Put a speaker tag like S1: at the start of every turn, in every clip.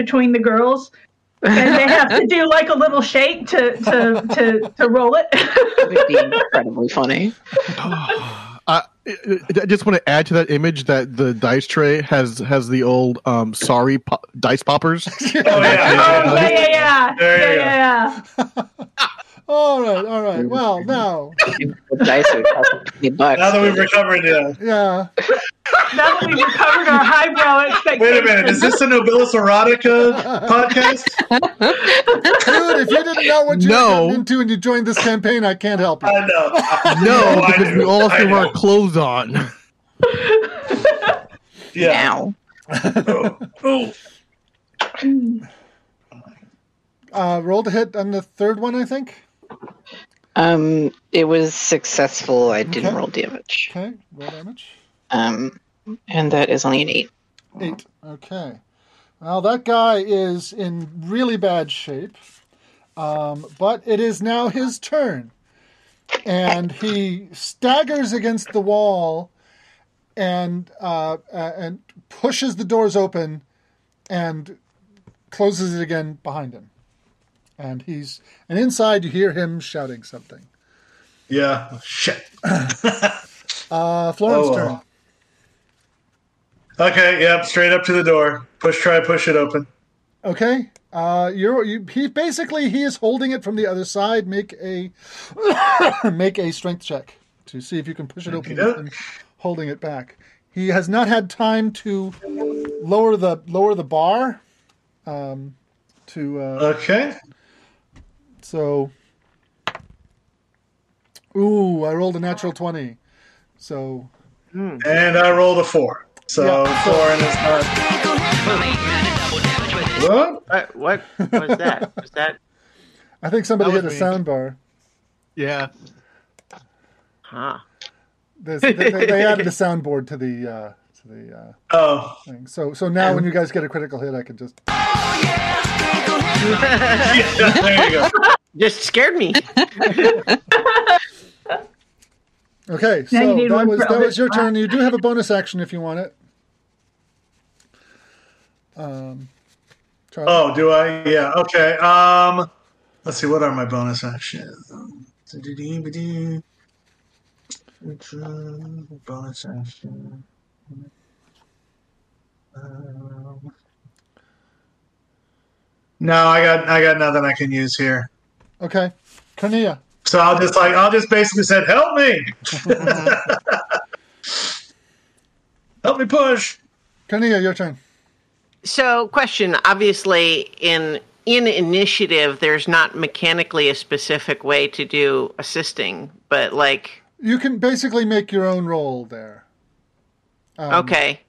S1: between the girls, and they have to do like a little shake to to to, to roll it.
S2: would be incredibly funny.
S3: I just want to add to that image that the dice tray has has the old um sorry po- dice poppers.
S4: Oh
S1: oh yeah
S4: yeah,
S1: yeah yeah
S4: There you
S1: yeah yeah.
S4: go.
S1: yeah.
S5: All right, all right. Well, now,
S2: The dice are cost twenty
S4: yeah. Now
S2: bucks.
S4: that we've recovered, yeah.
S5: yeah.
S1: Now that we've recovered our highbrow expectations.
S4: Wait a minute, is this a Nobilis Erotica podcast?
S5: Dude, if you didn't know what you
S3: No.
S5: were getting into and you joined this campaign, I can't help you.
S4: I know.
S3: No,
S4: I
S3: because we
S4: do.
S3: all
S4: I
S3: still have
S4: know.
S3: our clothes on.
S4: Yeah.
S2: Now
S4: Oh.
S5: Uh, rolled a hit on the third one, I think.
S2: um, it was successful. I didn't
S5: Okay.
S2: roll damage.
S5: Okay, roll damage.
S2: Um, and that is only an eight.
S5: Eight. Okay. Well, that guy is in really bad shape, um, but it is now his turn. And he staggers against the wall and, uh, uh, and pushes the doors open and closes it again behind him. And he's and inside you hear him shouting something.
S4: Yeah. Shit.
S5: Uh, Florence
S4: Oh,
S5: turn.
S4: well. Okay, yep, straight up to the door. Push, try, push it open.
S5: Okay. Uh, you're you, he basically he is holding it from the other side. Make a make a strength check to see if you can push it open
S4: Okey-doke.
S5: and holding it back. He has not had time to lower the lower the bar. Um, to uh,
S4: Okay.
S5: so. Ooh, I rolled a natural twenty. So
S4: And I rolled a four. So
S5: Yeah.
S4: four and it's not. What?
S6: What, what was that? Was that?
S5: I think somebody
S3: That
S5: hit a
S3: was me.
S5: sound bar.
S3: Yeah.
S6: Huh.
S5: There's- They, they, they added a soundboard to the uh, to the. Uh,
S4: Oh,
S5: thing. So so now when you guys get a critical hit, I can just
S4: yeah, there you go.
S6: Just scared me.
S5: okay.
S1: Now you
S5: So
S1: need
S5: that
S1: one
S5: was
S1: for
S5: that
S1: other-
S5: was your turn. You do have a bonus action if you want it. Um, Charlie.
S4: Oh, do I? Yeah. Okay. Um, let's see. What are my bonus actions? Bonus action. Um, No, I got I got nothing I can use here.
S5: Okay, Cornelia.
S4: So I'll just like I'll just basically said, "Help me, help me push."
S5: Cornelia, your turn.
S6: So, question. Obviously, in in initiative, there's not mechanically a specific way to do assisting, but like,
S5: You can basically make your own roll there. Um,
S6: okay.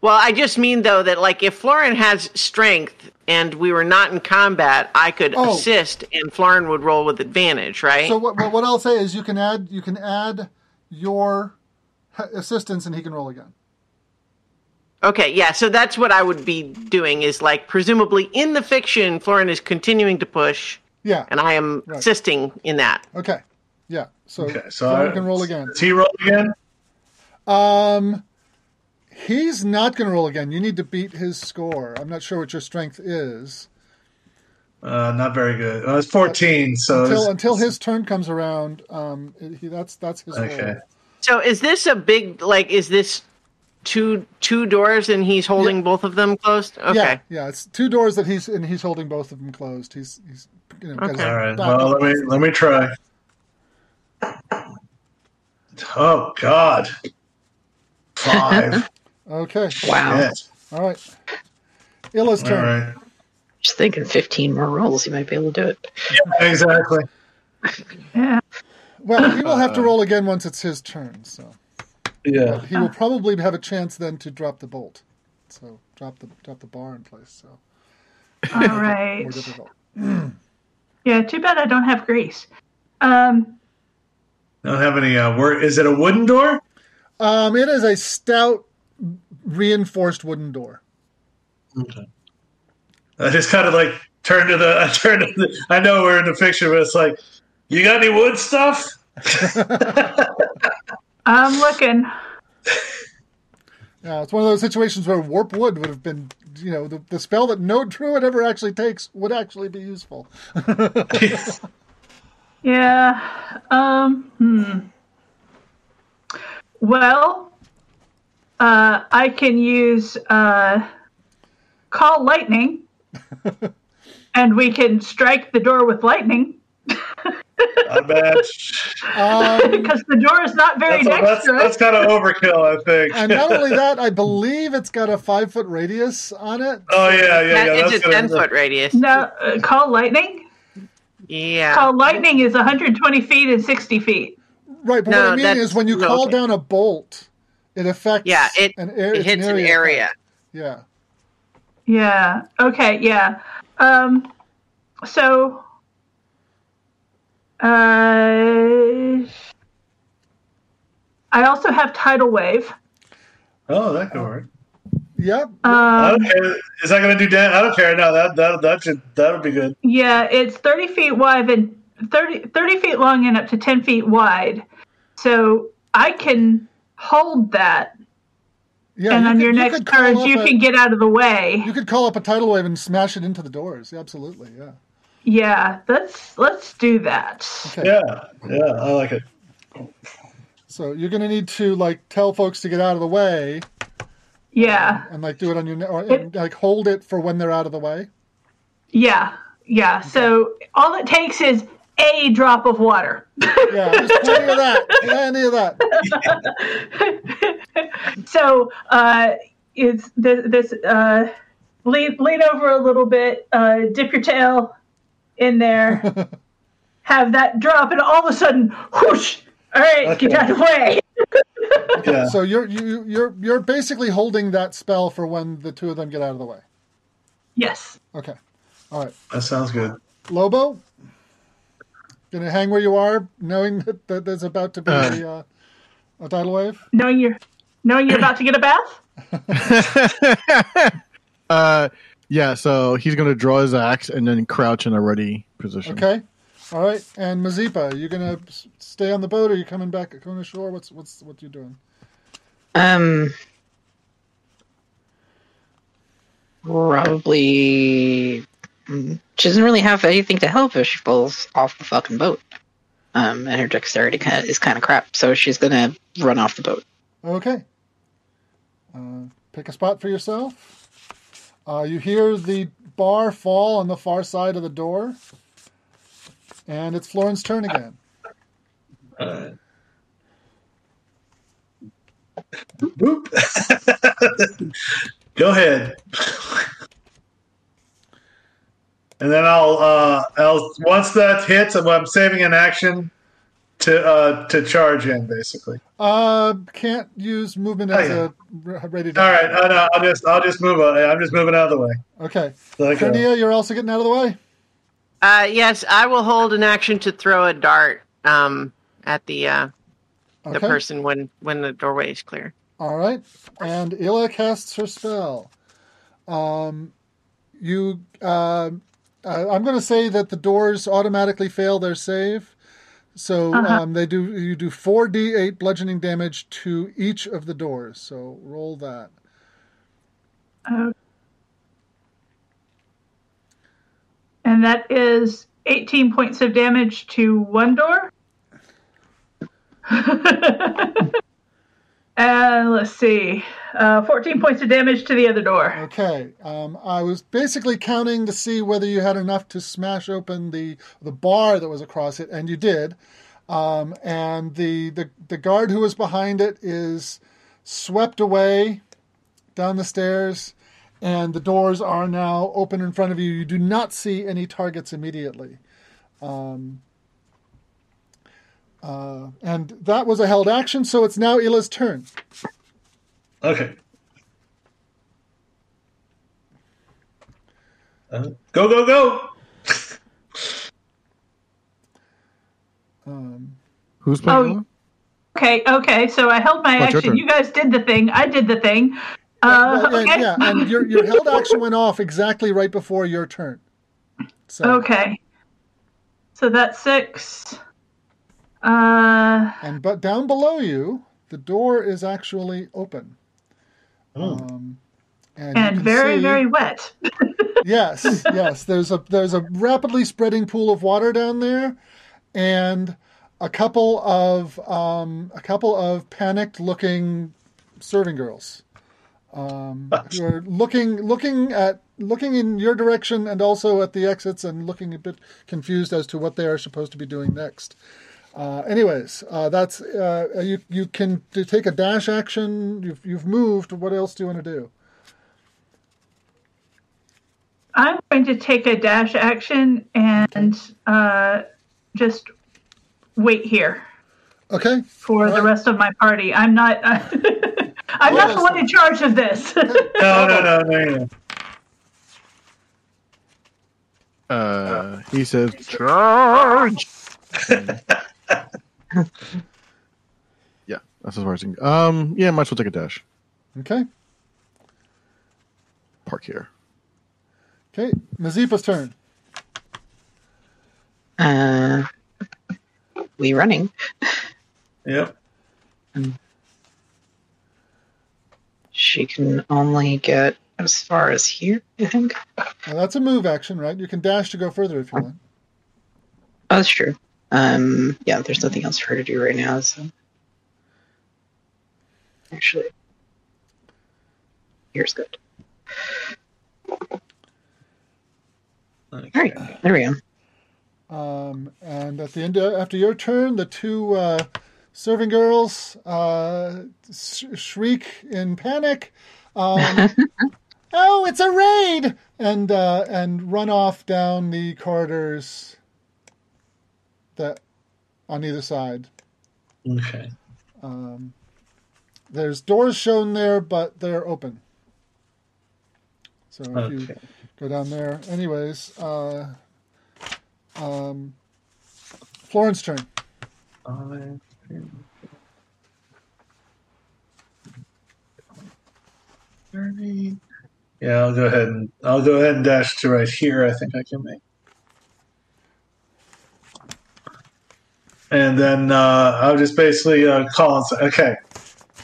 S6: Well, I just mean though that like, if Florin has strength and we were not in combat, I could
S5: Oh.
S6: assist, and Florin would roll with advantage, right?
S5: So what what what I'll say is you can add you can add your h- assistance and he can roll again.
S6: Okay, yeah, so that's what I would be doing is like presumably in the fiction, Florin is continuing to push,
S5: Yeah.
S6: and I am
S5: Right.
S6: assisting in that.
S5: Okay. Yeah. So,
S4: Okay, so
S5: so
S4: I-
S5: can roll again.
S4: Does he roll again?
S5: Um, he's not going to roll again. You need to beat his score. I'm not sure what your strength is
S4: Uh, not very good. Uh, it's fourteen. So
S5: until
S4: it's-
S5: until his turn comes around. Um, he, that's that's his
S4: Okay.
S5: roll.
S6: So is this a big like is this two two doors and he's holding both of them closed? Okay.
S5: Yeah, yeah. It's two doors that he's and he's holding both of them closed. He's he's you know, got his
S4: All right.
S5: back
S4: Well,
S5: up.
S4: let me let me try. Oh God. Five.
S5: Okay.
S2: Wow.
S4: Yes.
S5: All right. Illa's
S4: All
S5: turn.
S4: right.
S2: Just thinking, fifteen more rolls, you might be able to do it.
S4: Exactly.
S5: Well, he will have
S4: Uh,
S5: to roll again once it's his turn. So
S4: Yeah.
S5: he will probably have a chance then to drop the bolt. So drop the drop the bar in place. So
S1: All right.
S5: more difficult.
S1: Yeah. Too bad I don't have grease. Um.
S4: Don't have any. Uh, word. Is it a wooden door?
S5: Um, it is a stout, reinforced wooden door.
S4: I just kind of like turned to the. I turned. To the, I know we're in the fiction, but it's like, you got any wood stuff?
S1: I'm looking.
S5: Now, it's one of those situations where warp wood would have been you know the, the spell that no druid ever actually takes would actually be useful.
S1: Yeah. Um, hmm. Well, uh, I can use uh, call lightning, and we can strike the door with lightning
S4: I bet.
S5: Um,
S1: because the door is not very
S4: That's, that's,
S1: dexterous.
S4: that's kind of overkill, I think.
S5: and not only that, I believe it's got a five foot radius on it.
S4: oh, yeah, yeah, yeah.
S6: it's
S4: that's
S6: a
S4: gonna-
S6: ten foot radius.
S1: No, Oh. uh, call lightning.
S6: Yeah.
S1: Call lightning is 120 feet and 60 feet.
S5: Right, but
S6: No,
S5: what I mean
S6: that's-
S5: is when you
S6: no,
S5: call
S6: okay.
S5: down a bolt, it affects
S6: yeah, it,
S5: an area.
S6: it hits an area.
S5: Yeah.
S1: Yeah. Okay. Yeah. Um, so. Uh, I also have tidal wave.
S4: Oh, that could work.
S5: Yep.
S4: I
S1: Um,
S4: don't care. Is that going to do damage? I don't care. No, that that that should that would be good.
S1: yeah, it's 30 feet wide and 30, 30 feet long and up to 10 feet wide. So I can hold that.
S5: Yeah.
S1: and
S5: you
S1: on
S5: could-
S1: your
S5: you
S1: next
S5: could call
S1: turn,
S5: up
S1: you
S5: a-
S1: can get out of the way.
S5: You could call up a tidal wave and smash it into the doors. Yeah, absolutely. Yeah.
S1: Yeah, let's let's do that.
S5: Okay.
S4: Yeah, yeah, I like it.
S5: So you're going to need to like tell folks to get out of the way
S1: Yeah.
S5: and like do it on your ne- or and, like hold it for when they're out of the way.
S1: Yeah. Yeah. So all it takes is a drop of water.
S5: Yeah. There's plenty of that. Plenty of that.
S1: so uh, it's this, this uh, lean, lean over a little bit, uh, dip your tail in there, have that drop, and all of a sudden, whoosh! All right, get out of the way.
S4: Yeah,
S5: So you're you you're you're basically holding that spell for when the two of them get out of the way.
S1: Yes.
S5: Okay. All right.
S4: that sounds good.
S5: Lobo, gonna hang where you are, knowing that, that there's about to be a, uh, a tidal wave.
S1: Knowing you're knowing you're about to get a bath.
S3: uh, yeah, so he's going to draw his axe and then crouch in a ready position.
S5: Okay, all right. And Mazipa, you gonna s- stay on the boat, or you coming back coming ashore? What's what's what you doing?
S2: Um, probably mm, she doesn't really have anything to help if she falls off the fucking boat. Um, and her dexterity kind is kind of crap, so she's gonna run off the boat.
S5: Okay. Uh, pick a spot for yourself. Uh, you hear the bar fall on the far side of the door, and it's Florence's turn again.
S4: Boop. Go ahead. And then I'll, uh, I'll once that hits, I'm, I'm saving an action to uh, to charge in, basically.
S5: Uh, can't use movement as
S4: Oh,
S5: a re- ready. to-
S4: All right, I know. I'll just I'll just move. on. I'm just moving out of the way.
S5: Okay.
S4: Like, uh,
S5: Cornelia, you're also getting out of the way.
S6: Uh, yes, I will hold an action to throw a dart um, at the uh, the
S5: Okay.
S6: person when when the doorway is clear.
S5: All right. And Ila casts her spell. Um, you, um uh, I'm going to say that the doors automatically fail their save, so
S1: Uh-huh.
S5: um, they do. You do four d8 bludgeoning damage to each of the doors. So roll that.
S1: Uh, and that is 18 points of damage to one door. and let's see, uh, 14 points of damage to the other door.
S5: Okay. Um, I was basically counting to see whether you had enough to smash open the the bar that was across it, and you did. Um, and the, the the guard who was behind it is swept away down the stairs, and the doors are now open in front of you. You do not see any targets immediately. Um, uh, and that was a held action, so it's now Ila's turn.
S4: Okay. Uh, go go go!
S5: Um,
S3: Who's playing?
S1: Oh, Okay, okay, so I held my
S3: Oh, it's your
S1: action.
S3: turn.
S1: You guys did the thing, I did the thing. Uh,
S5: Well, yeah,
S1: okay.
S5: yeah, and your your held action went off exactly right before your turn. So
S1: okay. So that's six. Uh,
S5: and but down below you, the door is actually open.
S4: Oh.
S5: Um, and, you
S1: and
S5: can
S1: very,
S5: see-
S1: very wet.
S5: yes, yes. There's a there's a rapidly spreading pool of water down there, and a couple of um, a couple of panicked looking serving girls um, who are looking looking at looking in your direction and also at the exits and looking a bit confused as to what they are supposed to be doing next. Uh, anyways, uh, that's uh, you. You can do, take a dash action. You've you've moved. What else do you want to do?
S1: I'm going to take a dash action and uh, just wait here
S5: Okay.
S1: for the
S5: Alright.
S1: rest of my party. I'm not. I'm not the one in charge of this.
S4: No, no, no, no, no.
S3: Uh, he says, charge! yeah, that's as far as I can go. Um, yeah, might as well take a dash.
S5: Okay.
S3: Park here.
S5: Okay, Mazepa's turn.
S2: Uh, we running.
S4: Yep.
S2: She can only get as far as here, I think.
S5: Now that's a move action, right? You can dash to go further if you want.
S2: Oh, that's true. Um, yeah, there's nothing else for her to do right now. So, actually, here's good. All right, there we go.
S5: Um, and at the end, after your turn, the two uh, serving girls uh, sh- shriek in panic. Um, oh, it's a raid! And uh, and run off down the corridors that on either side.
S4: Okay.
S5: Um, there's doors shown there, but they're open. So if you
S4: Okay.
S5: go down there. Anyways, uh, um, Florence turn.
S4: Yeah, I'll go ahead and I'll go ahead and dash to right here. I think I can make. And then uh, I'll just basically uh, call and say, "Okay,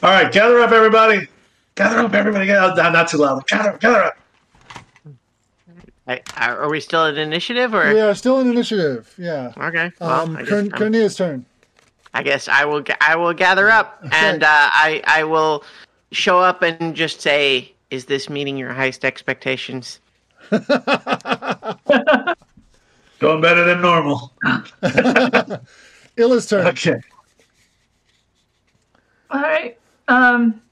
S4: all right, gather up, everybody, gather up, everybody." Gather up. Not too loud. Gather up, gather up.
S6: I, are are we still at initiative or?
S5: We are still in initiative. Yeah.
S6: Okay. Well,
S5: Um,
S6: I, guess,
S5: Kern-
S6: I'm-
S5: Kernia's turn.
S6: I guess I will. ga- I will gather up, and uh, I I will show up and just say, "Is this meeting your highest expectations?"
S4: Going better than normal.
S5: Illa's turn.
S4: Okay.
S1: All right. Um,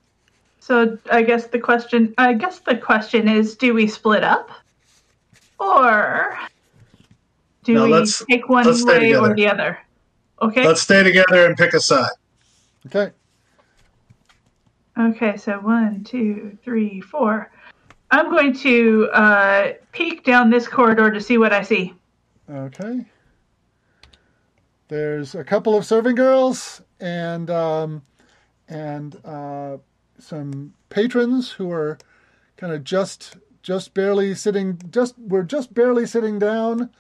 S1: so I guess the question. I guess the question is: Do we split up, or do
S4: No,
S1: we
S4: let's-
S1: take one
S4: let's stay
S1: way
S4: together.
S1: or the other? Okay.
S4: Let's stay together and pick a side.
S5: Okay.
S1: Okay, so one, two, three, four. I'm going to uh, peek down this corridor to see what I see.
S5: Okay. There's a couple of serving girls and um, and uh, some patrons who are kind of just just barely sitting just were just barely sitting down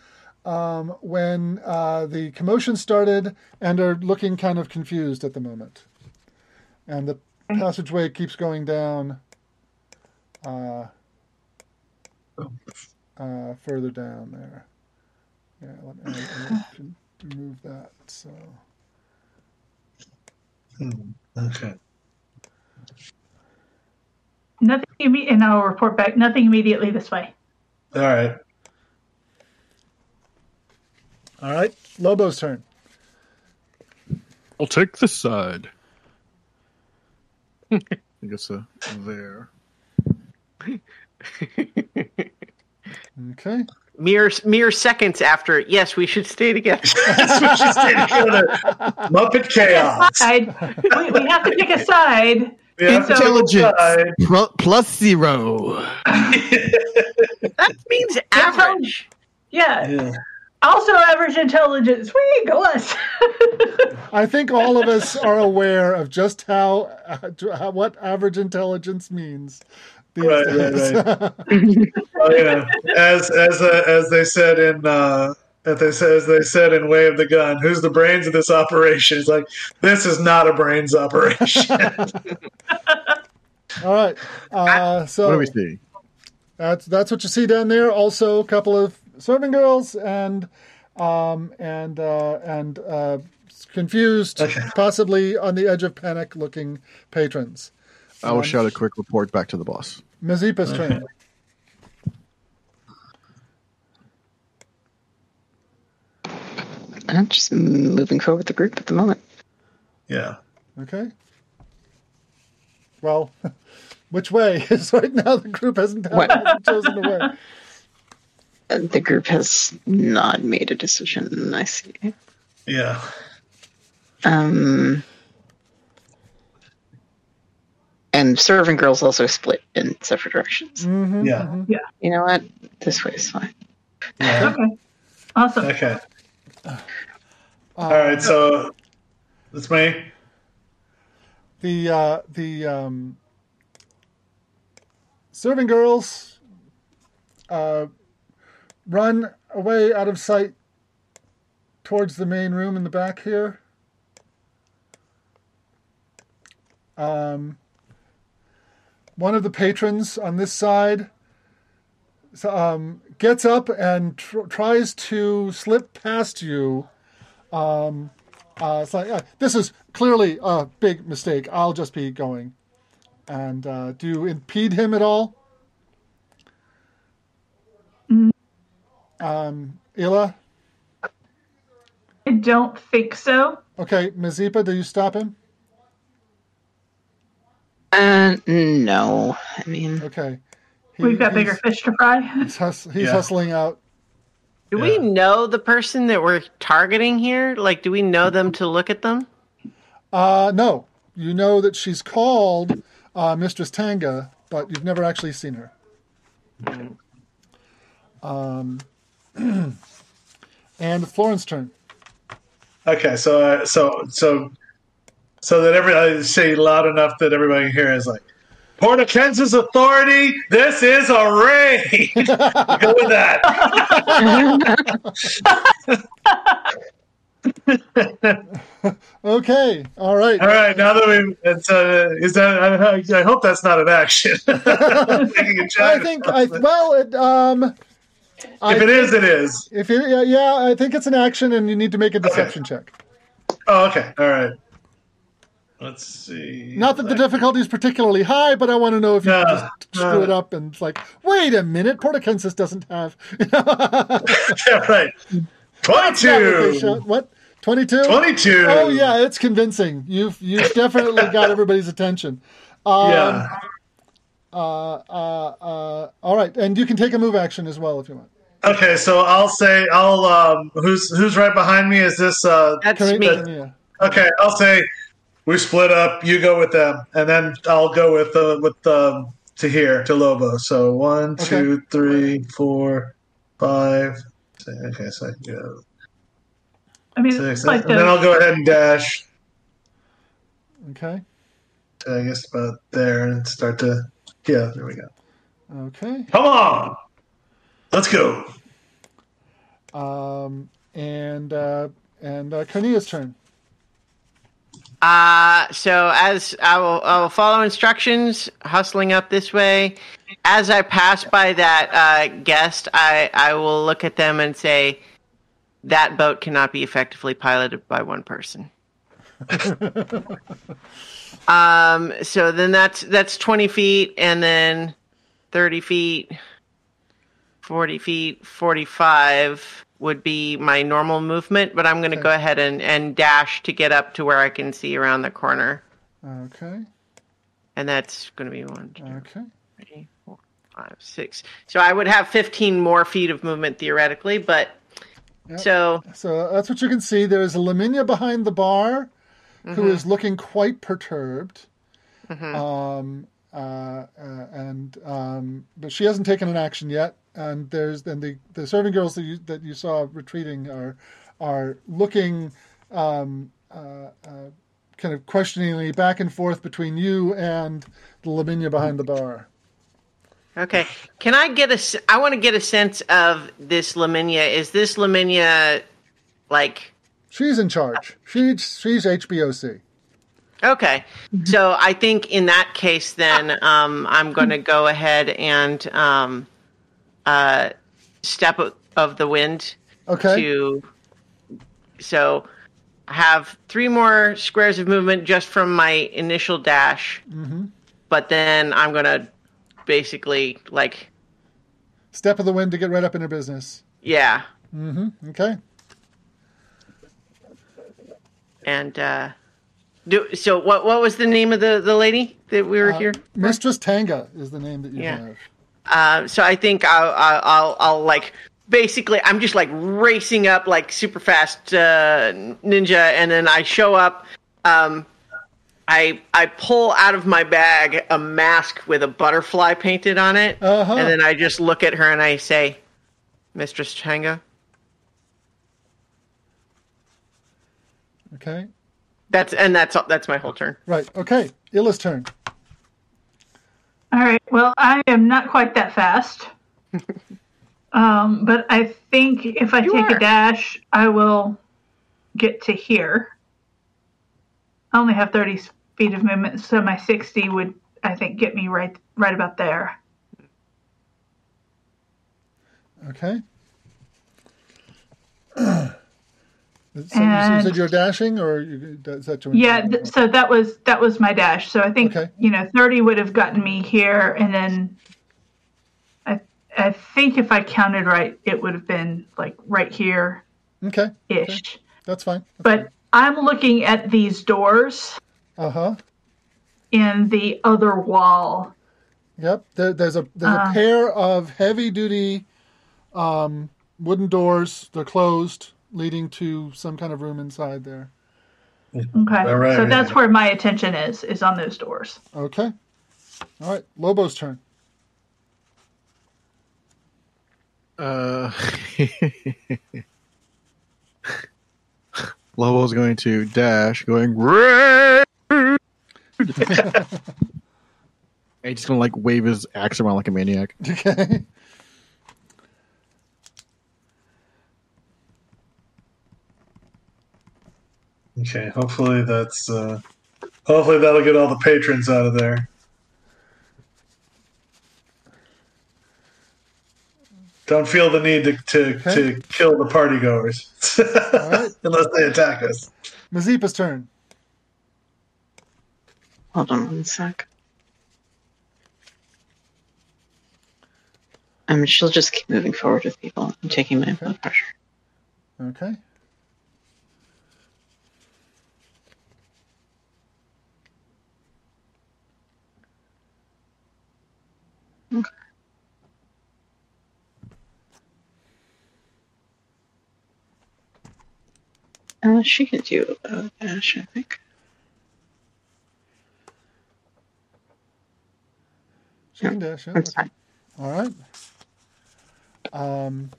S5: um, when uh, the commotion started and are looking kind of confused at the moment. And the passageway keeps going down uh, uh, further down there. Yeah, let me, I- I can remove that. So
S4: Okay.
S1: Nothing, imme- and I'll report back. Nothing immediately this way.
S4: All right.
S5: all right, Lobo's turn.
S3: I'll take this side. I guess uh, there.
S5: Okay,
S6: Mere mere seconds after, yes, we should stay together.
S4: That's what she stayed together. Muppet chaos.
S1: Side. we, we have to pick a side.
S4: We have to
S1: So-
S4: pick a side.
S3: Pro- plus zero.
S6: that means average.
S1: Yeah.
S4: Yeah.
S1: Also, average intelligence. We go us.
S5: I think all of us are aware of just how, how what average intelligence means these
S4: Right, right,
S5: days.
S4: Well, you know, Oh, as as uh, as they said in uh, as they said as they said in Way of the Gun, who's the brains of this operation? It's like this is not a brains operation.
S5: All right. Uh, so
S3: What do we see?
S5: That's that's what you see down there. Also, a couple of serving girls and um, and uh, and uh, confused, possibly on the edge of panic, looking patrons.
S3: I will shout a quick report back to the boss.
S5: Mazipa's turn.
S2: I'm just moving forward with the group at the moment.
S4: Yeah.
S5: Okay. Well, which way? Is right now the group hasn't
S2: What?
S5: hasn't chosen a way.
S2: Uh, The group has not made a decision. I see.
S4: Yeah.
S2: Um, and serving girls also split in separate directions.
S5: Mhm.
S4: Yeah.
S2: You know what? This way is fine.
S4: Yeah.
S1: Okay. Awesome.
S4: Okay. All right. So it's me.
S5: the uh, the um, serving girls uh, run away out of sight towards the main room in the back here. Um, one of the patrons on this side so, um, gets up and tr- tries to slip past you. Uh, it's like, uh, this is clearly a big mistake. I'll just be going. And uh, do you impede him at all? Um, Ila?
S1: I don't think so.
S5: Okay, Mazipa, do you stop him?
S2: Uh, no. I mean,
S5: Okay. He-
S1: We've got
S5: he's-
S1: bigger fish to fry.
S5: He's, hus- he's
S4: Yeah.
S5: hustling out.
S6: Do we
S4: Yeah.
S6: know the person that we're targeting here? Like, do we know them to look at them?
S5: Uh, no, you know that she's called uh, Mistress Tanga, but you've never actually seen her. Um, and Florence turn.
S4: Okay. So uh, so so so that every I say loud enough that everybody here is like. Port of Kansas Authority, this is a raid. Go with that.
S5: Okay, all right.
S4: All right, now that we, it's, uh, is that? I, I hope that's not an action. I'm making a
S5: I
S4: joke.
S5: think I well it, um I
S4: if it is, it is.
S5: if it, yeah, yeah I think it's an action and you need to make a deception check.
S4: Oh, okay. All right. Let's see.
S5: Not that the difficulty is particularly high, but I want to know if you
S4: No,
S5: just screw
S4: no.
S5: it up and it's like, wait a minute, Portocensis doesn't have
S4: yeah, right.
S5: Application.
S4: 22.
S5: what twenty two.
S4: 22.
S5: Oh yeah, it's convincing. You've you've definitely got everybody's attention. Um,
S4: Yeah.
S5: Uh, uh, uh, all right, and you can take a move action as well if you want.
S4: Okay, so I'll say I'll um who's who's right behind me is this uh
S6: That's
S5: Correct-
S6: me.
S5: yeah.
S4: okay, I'll say we split up, you go with them, and then I'll go with uh with um to here, to Lobo. So one,
S5: Okay.
S4: two, three, four, five, six. okay, so I can go
S1: I mean,
S4: six.
S1: it's like
S4: and then
S1: the,
S4: I'll go ahead and dash
S5: Okay.
S4: to, I guess about there and start to Yeah, there we go.
S5: Okay.
S4: Come on. Let's go.
S5: Um, and uh, and uh, Carnia's turn.
S6: Uh, so as I will, I will follow instructions, hustling up this way. As I pass by that uh, guest, I, I will look at them and say, that boat cannot be effectively piloted by one person. um, so then that's that's twenty feet, and then thirty feet, forty feet, forty-five would be my normal movement. But I'm going to go ahead and and dash to get up to where I can see around the corner,
S5: Okay.
S6: and that's going to be one, two,
S5: Okay.
S6: three, four, five, six. So I would have fifteen more feet of movement theoretically, but.
S5: Yep.
S6: So
S5: So uh, that's what you can see. There is a Laminia behind the bar, who is looking quite perturbed. Um, uh, uh, and um, but she hasn't taken an action yet. And there's then the the serving girls that you that you saw retreating are are looking um, uh, uh, kind of questioningly back and forth between you and the Laminia behind the bar.
S6: Okay. Can I get a? s- I want to get a sense of this Laminia. Is this Laminia like?
S5: She's in charge. She's she's HBOC.
S6: Okay.
S5: Mm-hmm.
S6: So I think in that case, then
S5: Ah.
S6: um, I'm going to go ahead and um, uh, step o- of the wind
S5: Okay.
S6: to. So I have three more squares of movement just from my initial dash, but then I'm going to basically like
S5: Step of the wind to get right up in her business. Mm-hmm.
S6: yeah,
S5: Okay.
S6: and uh, do so. What what was the name of the the lady that we were
S5: Uh,
S6: here?
S5: Mistress Tanga is the name that you
S6: Yeah.
S5: have.
S6: Uh, so I think I'll, I'll, I'll, I'll like basically I'm just like racing up like super fast uh, ninja, and then I show up. Um, I I pull out of my bag a mask with a butterfly painted on it,
S5: Uh-huh.
S6: and then I just look at her and I say, "Mistress Changa,
S5: Okay.
S6: that's and that's all, that's my whole turn."
S5: Right. Okay. Illa's turn.
S1: All right. Well, I am not quite that fast. um, but I think if I
S6: You
S1: take
S6: are.
S1: a dash, I will get to here. I only have 30 feet of movement, so my 60 would, I think, get me right right about there.
S5: Okay. so you said
S1: And-
S5: you're dashing, or you, is that your
S1: Yeah, th- so that was that was my dash. So I think
S5: Okay.
S1: you know 30 would have gotten me here and then I I think if I counted right, it would have been like right here
S5: okay.
S1: ish.
S5: That's fine.
S1: but I'm looking at these doors
S5: Uh huh.
S1: in the other wall.
S5: Yep. There, there's a there's a pair of heavy duty um, wooden doors. They're closed, leading to some kind of room inside there.
S1: Okay.
S4: All right,
S1: so that's
S4: yeah.
S1: where my attention is, is on those doors.
S5: Okay. All right. Lobo's turn.
S3: Uh, Lobo's going to dash, going. "Raid!" He's just gonna like wave his axe around like a maniac.
S5: Okay.
S4: Okay, hopefully that's uh, hopefully that'll get all the patrons out of there. Don't feel the need to to, to kill the partygoers
S5: right.
S4: unless they attack us.
S5: Mazepa's turn.
S2: Hold on one sec. Um, she'll just keep moving forward with people. I'm taking my blood pressure.
S5: Okay.
S2: Uh, she could do a dash, I think.
S5: She can dash. Yeah.
S2: That's
S5: Okay.
S2: fine.
S5: All right. Um,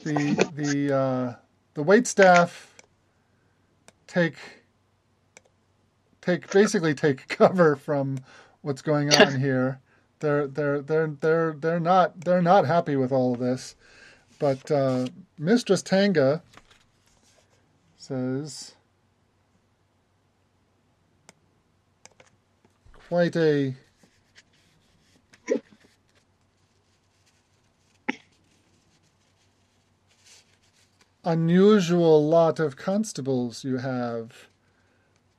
S5: the the uh, the wait staff take take basically take cover from what's going on here. They're they're they're they're they're not they're not happy with all of this, but uh, Mistress Tanga says quite a unusual lot of constables you have,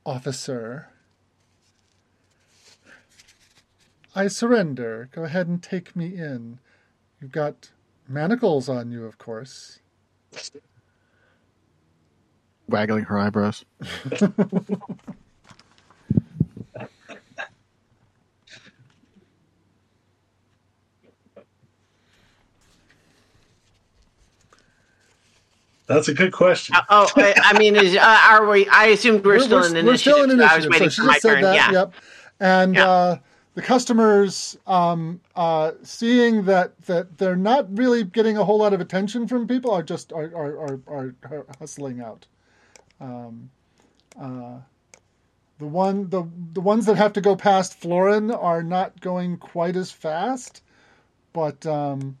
S5: officer. I surrender. Go ahead and take me in. You've got manacles on you, of course.
S3: Waggling her eyebrows.
S4: That's a good question.
S6: Uh, Oh, I, I mean, is, uh, are we? I assumed we're, still in initiative.
S5: we're still in
S6: so
S5: initiative.
S6: I was waiting
S5: so
S6: for
S5: she
S6: my
S5: just said
S6: turn.
S5: that.
S6: yeah.
S5: Yep. And
S6: Yeah.
S5: uh, the customers, um, uh, seeing that that they're not really getting a whole lot of attention from people, are just are are are, are, are hustling out. Um, uh, the one the the ones that have to go past Florin are not going quite as fast, but um,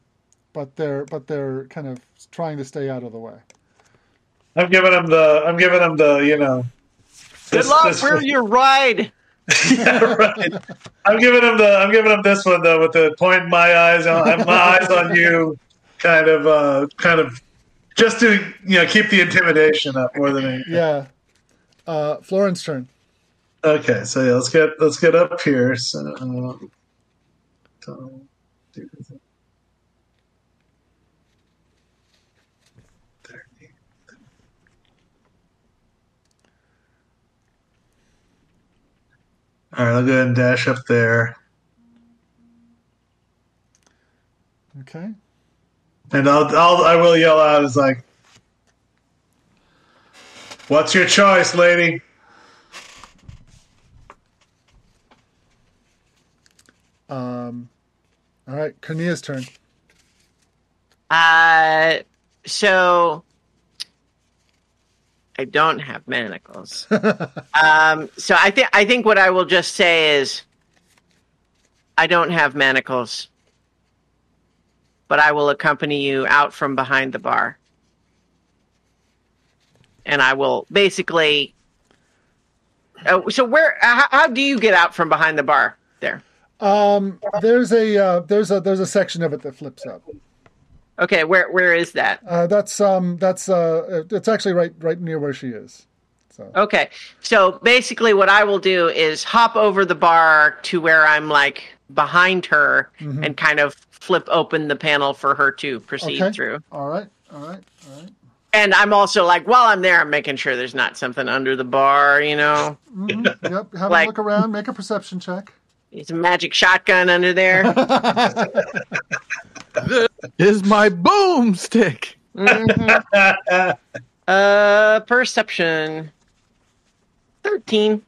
S5: but they're but they're kind of trying to stay out of the way.
S4: I'm giving them the I'm giving them the you know
S6: Good
S4: This-
S6: luck.
S4: this-
S6: Where's your ride?
S4: Yeah, right. I'm giving him the I'm giving him this one though with the point my eyes on my eyes on you kind of uh kind of just to you know keep the intimidation up more than anything.
S5: Yeah. Uh, Florence turn.
S4: Okay, so yeah, let's get let's get up here. So, um, so- All right, I'll go ahead and dash up there,
S5: Okay.
S4: and I'll, I'll I will yell out as like, "What's your choice, lady?"
S5: Um, all right. Cornea's turn.
S6: Uh, so I don't have manacles. um, so I think I think what I will just say is I don't have manacles, but I will accompany you out from behind the bar, and I will basically. Oh, so where? How, how do you get out from behind the bar? There.
S5: Um, there's a uh, there's a there's a section of it that flips up.
S6: Okay. Where? Where is that?
S5: Uh, that's um that's uh it's actually right right near where she is.
S6: Okay. So basically, what I will do is hop over the bar to where I'm like behind her
S5: Mm-hmm.
S6: and kind of flip open the panel for her to proceed
S5: Okay.
S6: through.
S5: All right. All right. All right.
S6: And I'm also like, while I'm there, I'm making sure there's not something under the bar, you know?
S5: Mhm. Yep. Have
S6: Like-
S5: a look around. Make a perception check.
S6: It's a magic shotgun under there.
S3: Is my boomstick?
S6: Mhm. uh, perception 13.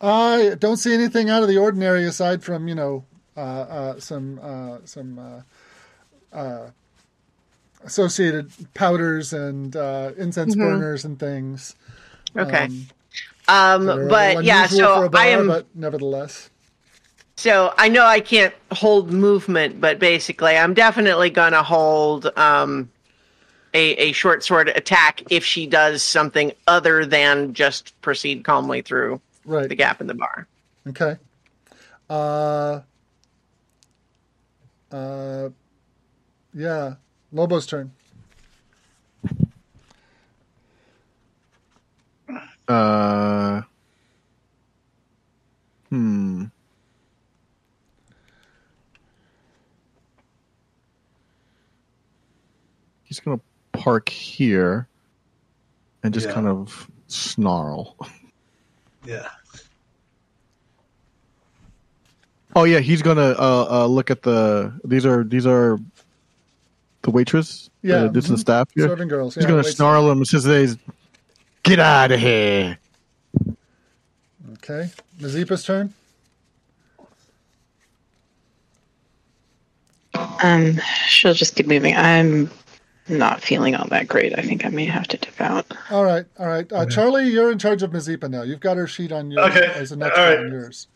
S5: I don't see anything out of the ordinary aside from you know uh, uh, some uh, some uh, uh, associated powders and uh, incense burners and things.
S6: Mm-hmm. Okay. Um,
S5: that are a
S6: but
S5: little
S6: yeah,
S5: unusual for
S6: so
S5: a bar,
S6: I am
S5: But nevertheless,
S6: So I know I can't hold movement, but basically, I'm definitely going to hold um, a, a short sword attack if she does something other than just proceed calmly through
S5: right?
S6: the gap in the bar.
S5: Okay. Uh, uh, yeah. Lobo's turn.
S3: Uh. Hmm. He's gonna park here and just
S4: Yeah.
S3: kind of snarl.
S4: Yeah.
S3: Oh yeah, he's gonna uh, uh, look at the these are these are the waitress.
S5: Yeah,
S3: uh, this is the
S5: mhm.
S3: staff here.
S5: Serving girls.
S3: He's
S5: yeah,
S3: gonna
S5: wait.
S3: snarl him and says, "He's get out of here."
S5: Okay. Mazepa's turn.
S2: Um, she'll just keep moving. I'm not feeling all that great. I think I may have to dip out.
S5: All right. All right. Uh, Charlie, you're in charge of Mazepa now. You've got her sheet on yours
S4: Okay,
S5: as the next
S4: all
S5: one
S4: right.
S5: on yours.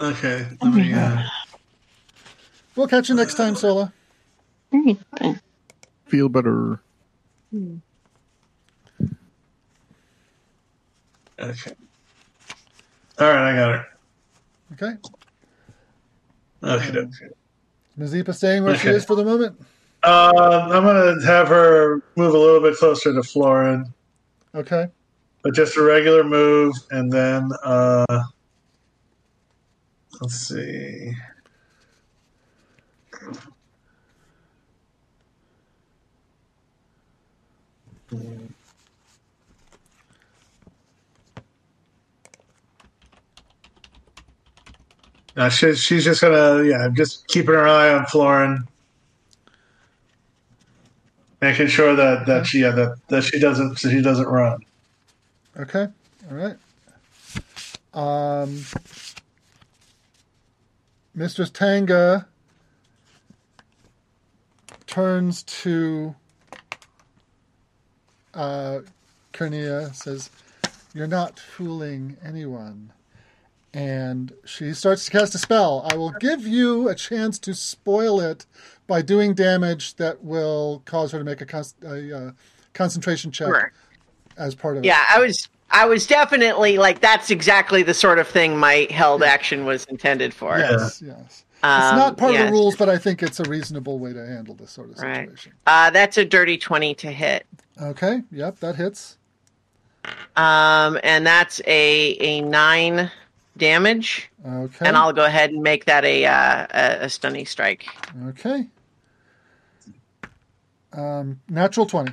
S4: Okay. Let me, uh,
S5: We'll catch you next time, Sola.
S2: Alright, then.
S3: Feel better.
S4: uh, okay. All right, I got her.
S5: Okay.
S4: Okay. okay.
S5: Mazepa staying where she
S4: Okay.
S5: is for the moment.
S4: Um, I'm going to have her move a little bit closer to Florin,
S5: Okay.
S4: but just a regular move, and then uh, let's see. Now she's she's just gonna yeah just keeping her eye on Florin, making sure that that she yeah, that, that she doesn't she doesn't run.
S5: Okay. All right. Um, Mistress Tanga turns to uh, Cornea, says, You're not fooling anyone. And she starts to cast a spell. I will give you a chance to spoil it by doing damage that will cause her to make a, con- a uh, concentration check
S6: Sure.
S5: as part of it.
S6: Yeah, I was I was definitely like, that's exactly the sort of thing my held action was intended for.
S5: Yes, yes. It's
S6: Um,
S5: not part of
S6: yeah.
S5: the rules, but I think it's a reasonable way to handle this sort of
S6: Right.
S5: situation.
S6: Uh, that's a dirty 20 to hit.
S5: Okay, yep, that hits.
S6: Um, and that's a, a nine damage.
S5: Okay.
S6: And I'll go ahead and make that a, uh, a, a stunning strike.
S5: Okay. Um, natural 20.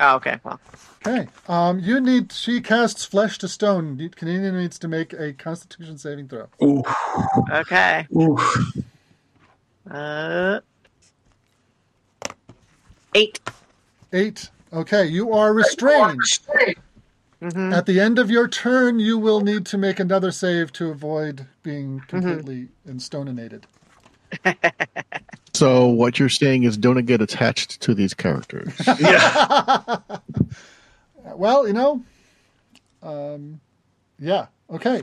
S6: Oh, okay. Well,
S5: Okay. Um, you need, she casts flesh to stone. You- Canadian needs to make a constitution saving throw.
S4: Ooh,
S6: okay.
S4: ooh.
S6: Uh, eight.
S5: Eight. Okay, you are restrained.
S6: Mhm.
S5: At the end of your turn, you will need to make another save to avoid being
S6: Mm-hmm.
S5: completely instoninated.
S3: So what you're saying is don't get attached to these characters.
S4: Yeah.
S5: Well, you know, um, yeah, okay.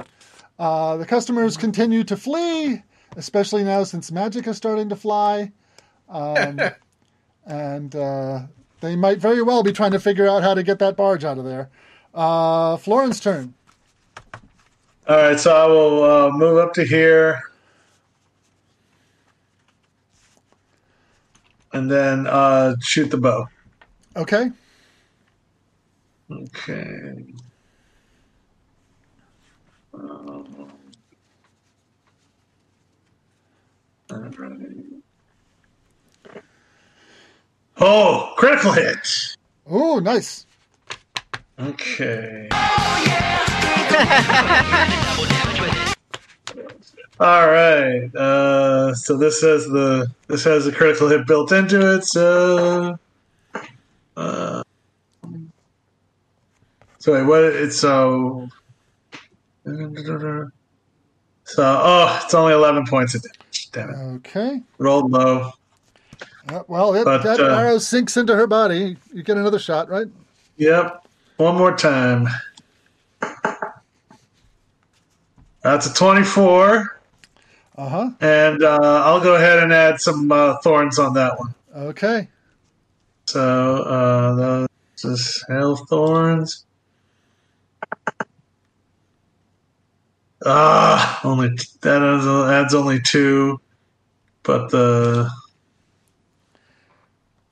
S5: Uh, the customers continue to flee, especially now since magic is starting to fly. Um, and uh, they might very well be trying to figure out how to get that barge out of there. Uh, Florence's turn.
S4: All right, so I will uh, move up to here. And then uh, shoot the bow.
S5: Okay.
S4: Okay. Um, oh, critical hit.
S5: Oh, nice.
S4: Okay. All right. Uh, so this has the this has a critical hit built into it. So, uh, so wait, what? It's so. So oh, it's only eleven points of damage. Damn it!
S5: Okay.
S4: Rolled low.
S5: Uh, well, it,
S4: But,
S5: that
S4: uh,
S5: arrow sinks into her body. You get another shot, right?
S4: Yep. One more time. That's a 24.
S5: Uh huh.
S4: And uh, I'll go ahead and add some uh, thorns on that one.
S5: Okay.
S4: So uh, those is hail thorns. Ah, only that adds, adds only two, but the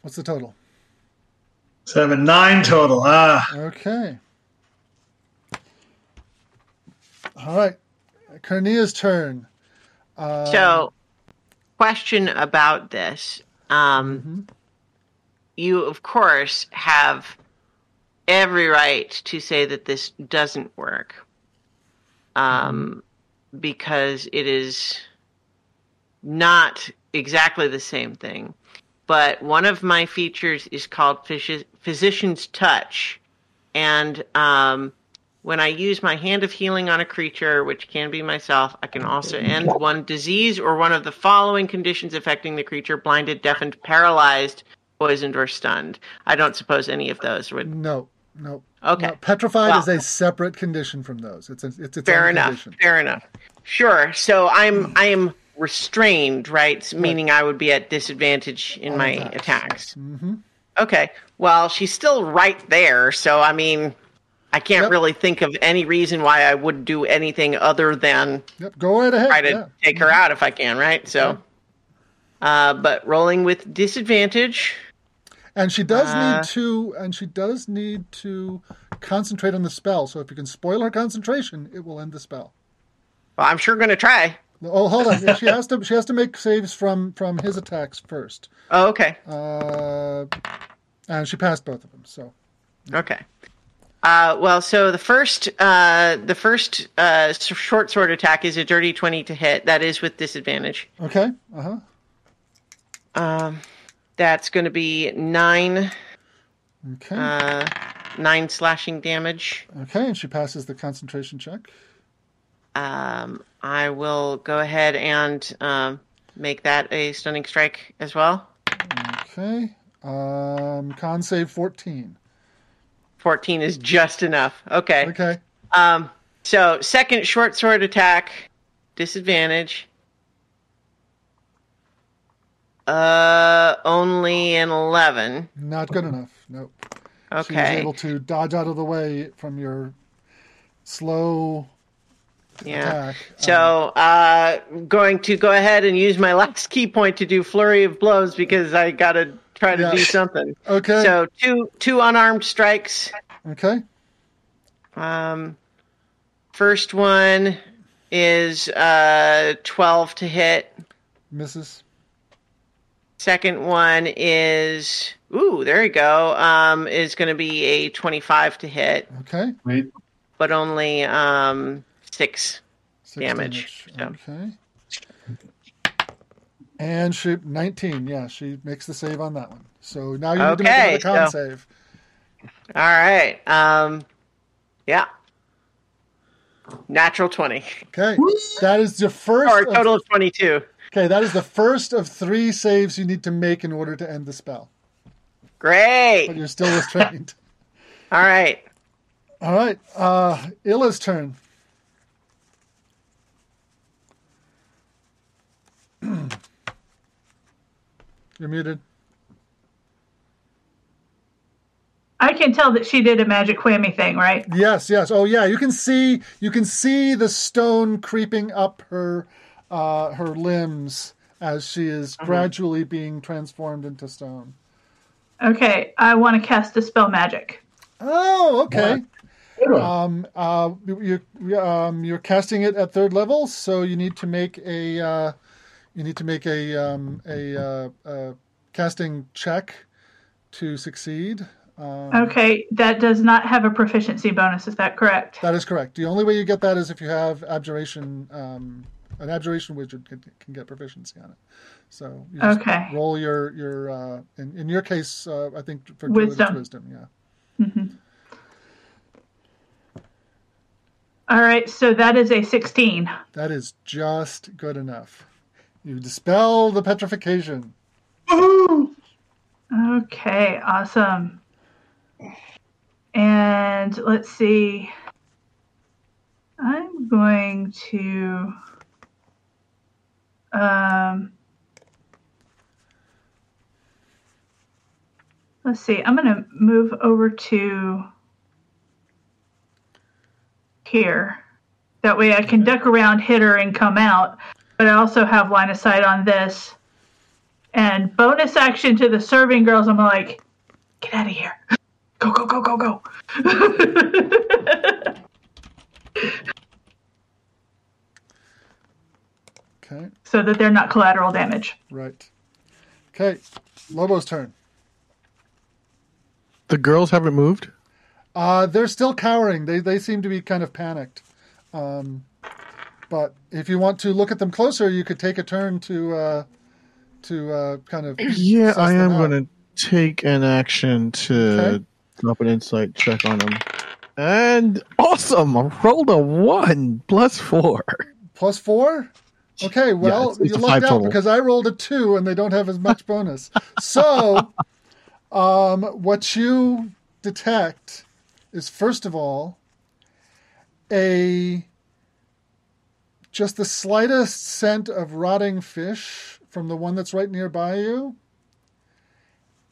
S5: What's the total?
S4: seven nine total. Ah,
S5: Okay. All right. Cornea's turn. Uh,
S6: So, question about this. Um,
S5: Mm-hmm.
S6: You, of course, have every right to say that this doesn't work um, because it is not exactly the same thing. But one of my features is called physi- Physician's Touch. And um, when I use my hand of healing on a creature, which can be myself, I can also end one disease or one of the following conditions affecting the creature blinded, deafened, paralyzed, poisoned, or stunned. I don't suppose any of those would.
S5: no, no.
S6: Okay.
S5: No, petrified
S6: Well-
S5: is a separate condition from those. It's a, it's its
S6: Fair
S5: own
S6: enough.
S5: condition.
S6: Fair enough. Sure. So
S5: Hmm.
S6: I'm I am restrained, right? S- Meaning I would be at disadvantage in my attacks.
S5: Mm-hmm.
S6: Okay. Well, she's still right there, so I mean, I can't
S5: Yep.
S6: really think of any reason why I would do anything other than
S5: Yep. Go right ahead.
S6: try to
S5: yeah. Mm-hmm.
S6: take her out if I can, right? So, uh, but rolling with disadvantage.
S5: And she does
S6: Uh,
S5: need to. And she does need to concentrate on the spell. So if you can spoil her concentration, it will end the spell.
S6: Well, I'm sure going to try.
S5: Oh, hold on. she has to. She has to make saves from from his attacks first.
S6: Oh, okay.
S5: Uh, and she passed both of them. So
S6: Okay. Uh, well, so the first uh, the first uh, s- short sword attack is a dirty twenty to hit. That is with disadvantage.
S5: okay. Uh huh.
S6: Um, that's going to be nine
S5: Okay.
S6: uh, nine slashing damage.
S5: Okay, and she passes the concentration check.
S6: Um, I will go ahead and um, make that a stunning strike as well.
S5: Okay. Um, con save 14.
S6: 14 is just enough. Okay.
S5: Okay.
S6: Um, so, second short sword attack, disadvantage. Uh, only an 11.
S5: Not good enough. Nope. She was
S6: Okay.
S5: able to dodge out of the way from your slow
S6: Yeah.
S5: attack.
S6: So uh, going to go ahead and use my last key point to do flurry of blows because I got to try to
S5: Yeah.
S6: do something.
S5: Um, Okay.
S6: So two two unarmed strikes.
S5: okay.
S6: Um, first one is uh, twelve to hit.
S5: Misses.
S6: Second one is ooh, there you go. Um, is going to be a twenty-five to hit,
S5: Okay.
S4: Wait.
S6: but only um six.
S5: Six
S6: Damage,
S5: Okay. And she 19. Yeah, she makes the save on that one. So now you need to
S6: Okay,
S5: make another con
S6: so-
S5: save.
S6: All right. Um, yeah. Natural twenty.
S5: Okay. That is the first.
S6: or a
S5: of-
S6: total of 22.
S5: okay, that is the first of three saves you need to make in order to end the spell.
S6: Great.
S5: But you're still restrained.
S6: All right.
S5: All right. Uh, Illa's turn. You're muted.
S1: I can tell that she did a magic whammy thing, right?
S5: Yes, yes. Oh, yeah. You can see you can see the stone creeping up her uh, her limbs as she is gradually being transformed into stone.
S1: Okay, I want to cast dispel magic.
S5: Oh, okay.
S4: Good one.
S5: Um, uh, you you- um, you're casting it at third level, so you need to make a uh, you need to make a um, a uh, uh, casting check to succeed. Um,
S1: Okay, that does not have a proficiency bonus. Is that correct?
S5: That is correct. The only way you get that is if you have abjuration. Um, an abjuration wizard can, can get proficiency on it. So you just
S1: Okay.
S5: roll your your uh, in, in your case. Uh, I think for druid, it's
S1: Wisdom.
S5: wisdom. Yeah.
S1: Mm-hmm. All right, so that is a 16.
S5: That is just good enough. You dispel the petrification.
S1: Okay, awesome. And let's see. I'm going to um Let's see. I'm going to move over to here. That way I can duck around, hit her and come out, but I also have line of sight on this. And bonus action to the serving girls, I'm like, get out of here. Go, go, go, go, go.
S5: Okay.
S1: so that they're not collateral damage.
S5: Right. Okay. Lobo's turn.
S3: The girls haven't moved.
S5: Uh, they're still cowering. They they seem to be kind of panicked. Um, but if you want to look at them closer, you could take a turn to uh, to uh, kind of
S3: Yeah,
S5: suss
S3: I
S5: them
S3: am
S5: out.
S3: going to take an action to
S5: Okay.
S3: drop an insight check on them. And awesome! I rolled a one plus four.
S5: plus four. Okay, well
S3: it's- it's
S5: you
S3: a
S5: lucked
S3: five
S5: out
S3: total.
S5: because I rolled a two and they don't have as much bonus. So, um, what you detect is first of all a just the slightest scent of rotting fish from the one that's right nearby you,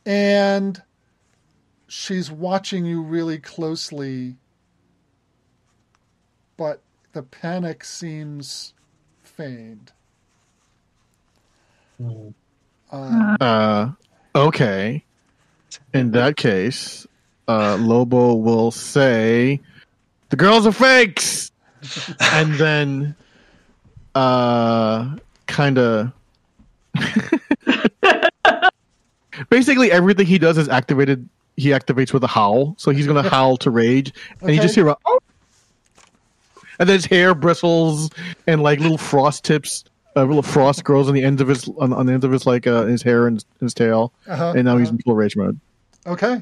S5: and she's watching you really closely, but the panic seems feigned.
S3: Hmm.
S5: Um,
S3: Uh, okay. In that case, uh, Lobo will say, "The girls are fakes," and then, uh, kind of. Basically, everything he does is activated. He activates with a howl, so he's gonna howl to rage, and you
S5: Okay.
S3: just hear a. "Oh!" And then his hair bristles, and like little frost tips, uh, little frost grows on the end of his on, on the end of his like uh, his hair and his tail,
S5: Uh-huh,
S3: and now he's
S5: uh-huh.
S3: in full rage mode.
S5: okay.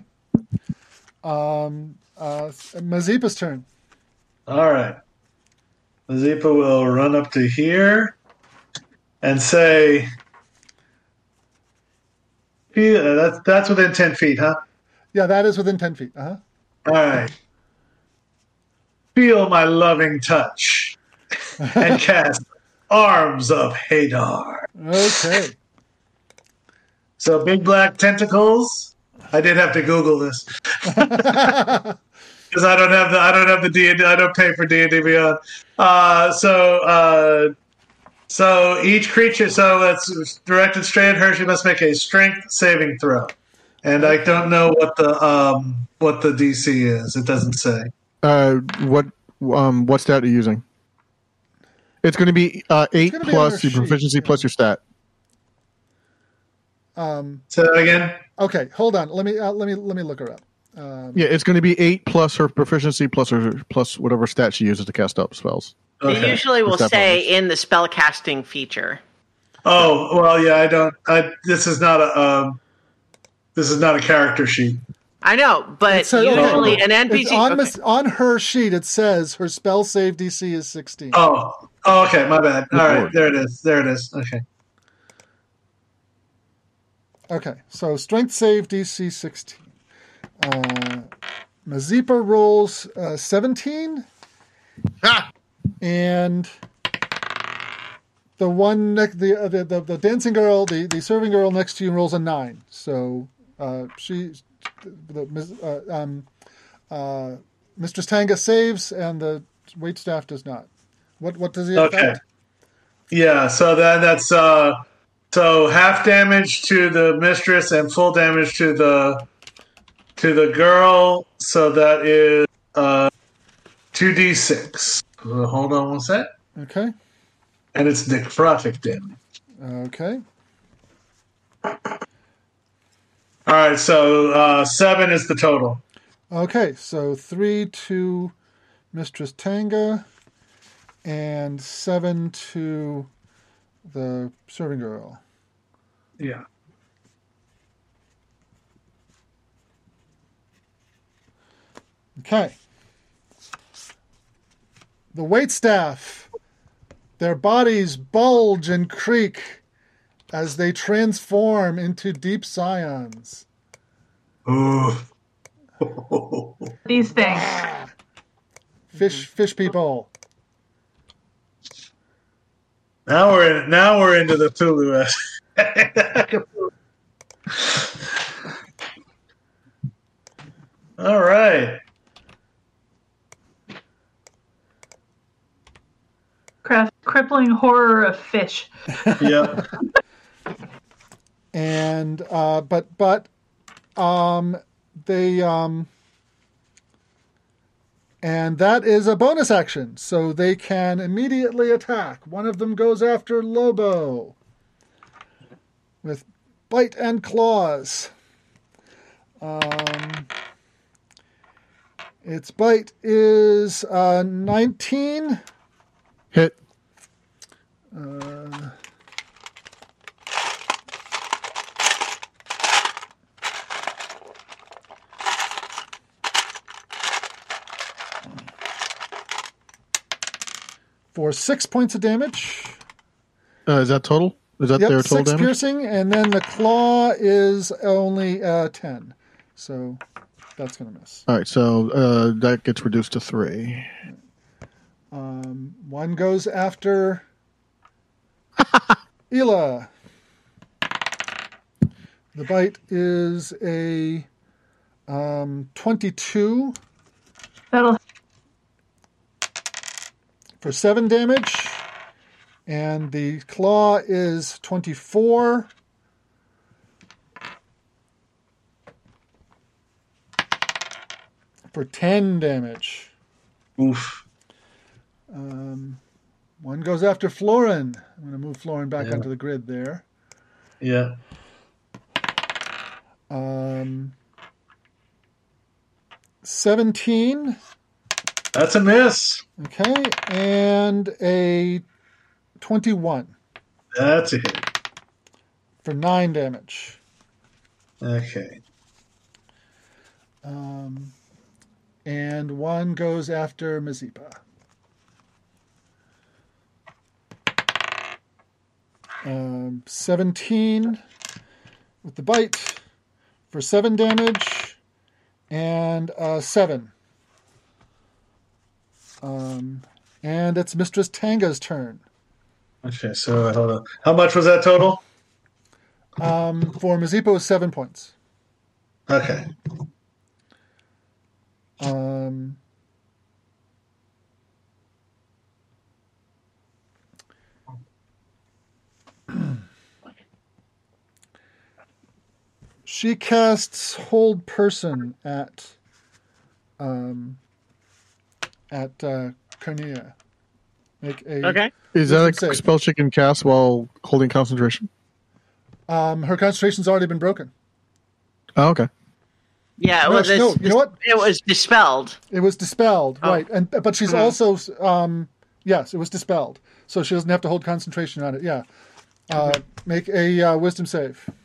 S5: Um, uh, Mazepa's turn.
S4: All right. Zipa will run up to here and say, Yeah, uh, that's, that's within 10 feet, huh?
S5: Yeah, that is within ten feet. Uh-huh.
S4: All right. Feel my loving touch and cast Arms of Hadar.
S5: Okay.
S4: So, big black tentacles. I did have to Google this. because I don't have the I don't have the D and I don't pay for D and D Beyond. Uh, so uh, so each creature so that's directed straight at her. She must make a strength saving throw, and I don't know what the um, what the DC is. It doesn't say.
S3: Uh, what um what stat are you using? It's going to be uh, eight
S5: gonna be on
S3: plus
S5: our
S3: your proficiency
S5: sheet, yeah.
S3: plus your stat.
S5: Um,
S4: Say that again.
S5: okay, hold on. Let me uh, let me let me look her up. Um,
S3: Yeah, it's going to be eight plus her proficiency plus her plus whatever stat she uses to cast out spells.
S6: They
S4: Okay.
S6: usually will
S3: It's that
S6: say
S3: bonus.
S6: in the spellcasting feature.
S4: Oh well, yeah. I don't. I this is not a um, this is not a character sheet.
S6: I know, but
S5: so-
S6: usually
S4: okay.
S6: an
S5: it's
S6: NPC.
S5: on
S6: okay.
S5: mis- on her sheet. It says her spell save DC is sixteen.
S4: Oh, oh okay. My bad.
S3: Good
S4: All right,
S3: lord.
S4: there it is. There it is. Okay.
S5: Okay, so strength save DC 16. Uh, Mazepa rolls uh, 17,
S7: Ha!
S5: and the one next, the, uh, the, the the dancing girl, the, the serving girl next to you rolls a nine. So uh, she, the, Ms- uh, um, uh, Mistress Tanga saves, and the wait staff does not. What what does he
S4: Okay.
S5: affect?
S4: Yeah, so then that's uh so half damage to the mistress and full damage to the to the girl, so that is uh two D six. Uh, Hold on one sec.
S5: Okay,
S4: And it's necrotic damage.
S5: okay,
S4: Alright, so uh seven is the total.
S5: okay. So three to Mistress Tanga. and seven to the serving girl.
S4: Yeah.
S5: Okay. The wait staff, their bodies bulge and creak as they transform into deep scions.
S4: Ooh.
S1: These things.
S5: Fish, fish people.
S4: now we're in, now we're into the Thulu All right.
S1: Cra- crippling horror of fish.
S4: Yep.
S5: and uh, but but um, they um, and that is a bonus action, so they can immediately attack. One of them goes after Lobo with bite and claws. Um, its bite is uh, nineteen.
S3: Hit.
S5: Uh, for six points of damage.
S3: Uh, is that total? Is that their
S5: Yep,
S3: total
S5: six
S3: damage?
S5: piercing, and then the claw is only uh, ten, so that's gonna miss.
S3: All right, so uh, that gets reduced to three.
S5: Um, one goes after Ela. The bite is a um, 22
S1: That'll
S5: for 7 damage. And the claw is 24. For 10 damage.
S4: Oof.
S5: Um, one goes after Florin. I'm going to move Florin back onto the grid there.
S4: Yeah.
S5: Um, 17.
S4: That's a miss.
S5: Okay. And a 21
S4: That's a hit.
S5: for 9 damage.
S4: Okay.
S5: Um, and one goes after Mazepa. Um, 17 with the bite for 7 damage and uh, 7. Um, and it's Mistress Tanga's turn.
S4: Okay, so uh, hold on. How much was that total?
S5: Um, for Mazepa was 7 points.
S4: Okay.
S5: Um, she casts hold person at um, at uh, Cornelia. Make a
S6: Okay.
S3: Is
S5: Wisdom
S3: that a
S5: save.
S3: spell she can cast while holding concentration?
S5: um, her concentration's already been broken.
S3: Oh, okay.
S6: Yeah.
S5: No,
S6: Well,
S5: she- no, you know what?
S6: It was dispelled.
S5: It was dispelled,
S6: Oh.
S5: right? And but she's also um, yes, it was dispelled, so she doesn't have to hold concentration on it. Yeah, uh, make a uh, wisdom save.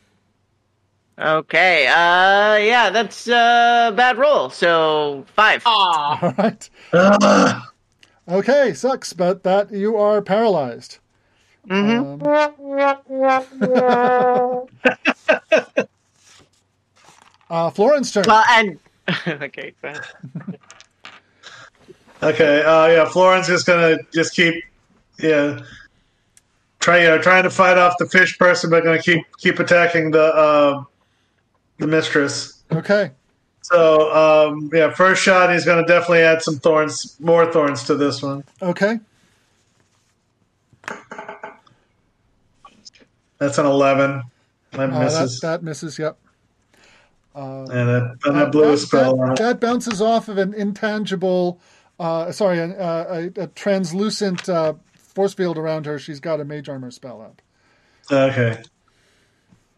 S6: Okay. Uh, yeah, that's a bad roll. So five.
S7: Aw.
S5: All right.
S4: Ugh.
S5: Okay, sucks, but that you are paralyzed.
S6: Mhm.
S5: Um, Um, uh, Florence turn.
S6: Well, and okay. go ahead.
S4: Okay, uh, yeah, Florence is gonna just keep, yeah, try, you know, trying to fight off the fish person, but gonna keep keep attacking the uh, the mistress.
S5: Okay.
S4: So um, yeah, first shot, he's gonna definitely add some thorns, more thorns to this one.
S5: Okay.
S4: That's an eleven. Oh, That
S5: Uh, that,
S4: misses,
S5: that misses. Yep. Uh,
S4: and that, and
S5: Uh,
S4: that blew a
S5: that-
S4: spell.
S5: that-
S4: on it.
S5: that bounces off of an intangible, uh, sorry, an, uh, a, a translucent uh, force field around her. She's got a mage armor spell up.
S4: Okay.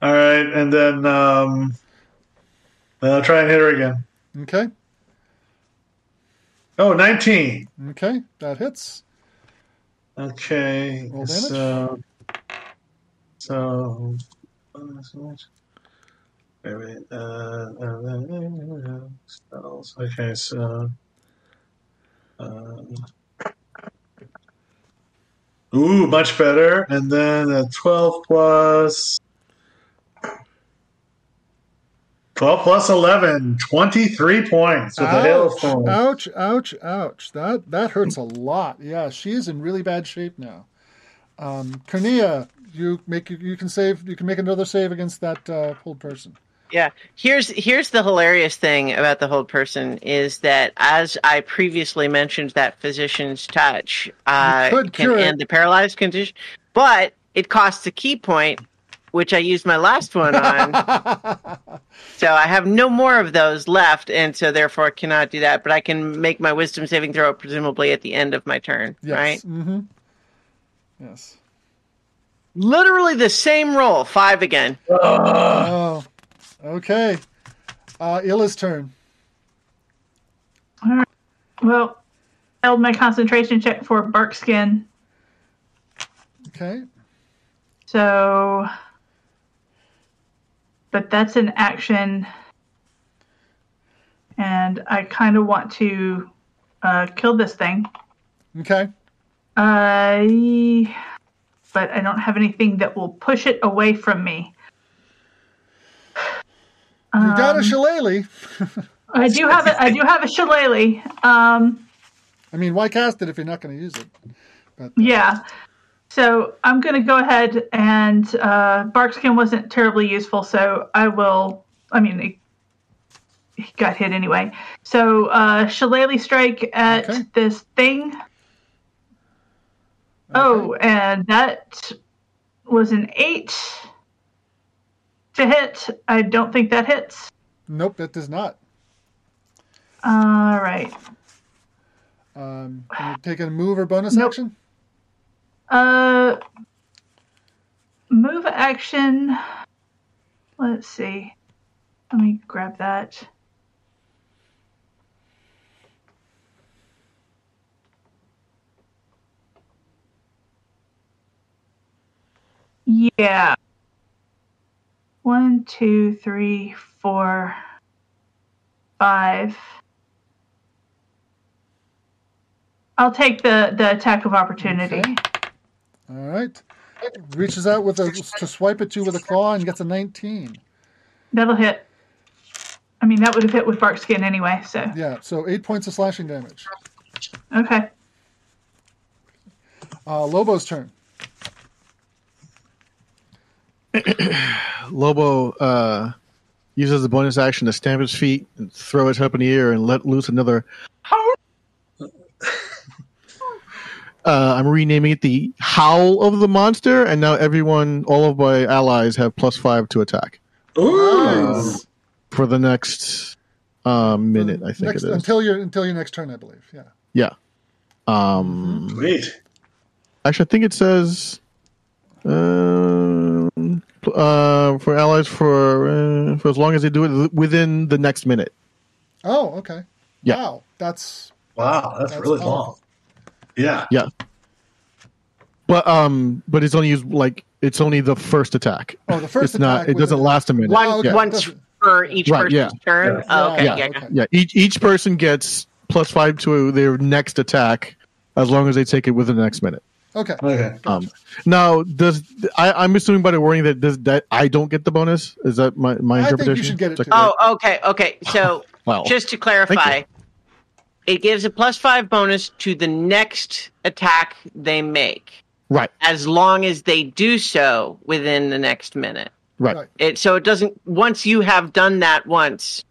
S4: All right, and then um, then I'll try and hit her again.
S5: Okay,
S4: Oh, 19.
S5: okay, that hits.
S4: Okay.
S5: Roll damage.
S4: so, so bonus damage. Wait, wait, uh, uh, spells. Okay, so um, ooh, much better. And then a twelve plus. 12 plus 11, 23 points with a hail of
S5: Ouch,
S4: thorns.
S5: ouch, ouch, ouch. That that hurts a lot. Yeah, she is in really bad shape now. Um, Cornea, you make you can save. You can make another save against that uh, pulled person.
S6: Yeah. Here's here's the hilarious thing about the whole person is that as I previously mentioned, that physician's touch uh,
S5: could
S6: can
S5: cure it.
S6: end the paralyzed condition, but it costs a key point, which I used my last one on. so I have no more of those left, and so therefore I cannot do that. But I can make my wisdom saving throw presumably at the end of my turn.
S5: Yes.
S6: Right.
S5: Mm-hmm. Yes.
S6: Literally the same roll, five again.
S5: Oh, okay. Uh, Illa's turn.
S1: Well, I held my concentration check for bark skin,
S5: Okay.
S1: so. But that's an action, and I kind of want to uh, kill this thing.
S5: Okay.
S1: I, but I don't have anything that will push it away from me.
S5: You got a shillelagh.
S1: I do have a, I do have a shillelagh. Um,
S5: I mean, why cast it if you're not going to use it?
S1: yeah. So I'm going to go ahead and uh, Barkskin wasn't terribly useful, so I will. I mean, he, he got hit anyway. So uh, shillelagh strike at
S5: Okay.
S1: this thing. Oh, and that was an eight to hit. I don't think that hits.
S5: Nope, that does not.
S1: All right.
S5: Um, can you take a move or bonus
S1: Nope.
S5: action?
S1: Uh, move action. Let's see. Let me grab that. Yeah. One, two, three, four, five. I'll take the the attack of opportunity.
S5: Okay. All right. Reaches out with a to swipe at you with a claw and gets a 19.
S1: That'll hit. I mean, that would have hit with bark skin anyway, so.
S5: Yeah, so eight points of slashing damage.
S1: Okay.
S5: Uh, Lobo's turn.
S3: Lobo, uh, uses the bonus action to stamp his feet and throw his head up in the air and let loose another. Uh, I'm renaming it the Howl of the Monster, and now everyone, all of my allies, have plus five to attack
S4: Ooh.
S5: Nice.
S3: for the next uh, minute. I think
S5: Next-
S3: it is.
S5: until your until your next turn, I believe. Yeah.
S3: yeah. Um.
S4: Sweet.
S3: Actually, I think it says um, pl- uh, for allies for uh, for as long as they do it th- within the next minute.
S5: Oh, okay.
S3: Yeah.
S5: Wow, that's
S4: Wow, that's,
S5: That's
S4: really long.
S5: powerful.
S4: Yeah.
S3: Yeah, but um, but it's only used like it's only the first attack.
S5: Oh, the first
S3: It's not.
S5: attack
S3: It doesn't
S5: within-
S3: last a minute.
S6: One,
S5: Oh, okay.
S3: yeah.
S6: once for each
S3: Right,
S6: person's
S3: yeah.
S6: turn.
S5: Yeah.
S6: Oh, okay,
S5: Yeah.
S6: yeah, yeah.
S3: yeah. Each each person gets plus five to their next attack as long as they take it within the next minute.
S5: okay.
S4: Okay.
S3: Um, now, does I, I'm assuming by the wording that does that I don't get the bonus? Is that my my
S5: I think you
S3: interpretation?
S5: should get it
S3: It's
S5: too.
S3: like-
S6: Oh, okay, okay. So
S3: Wow.
S6: just to clarify,
S3: Oh. Thank
S6: it gives a plus five bonus to the next attack they make,
S3: right,
S6: as long as they do so within the next minute.
S3: right.
S5: Right.
S6: It so it doesn't once you have done that once.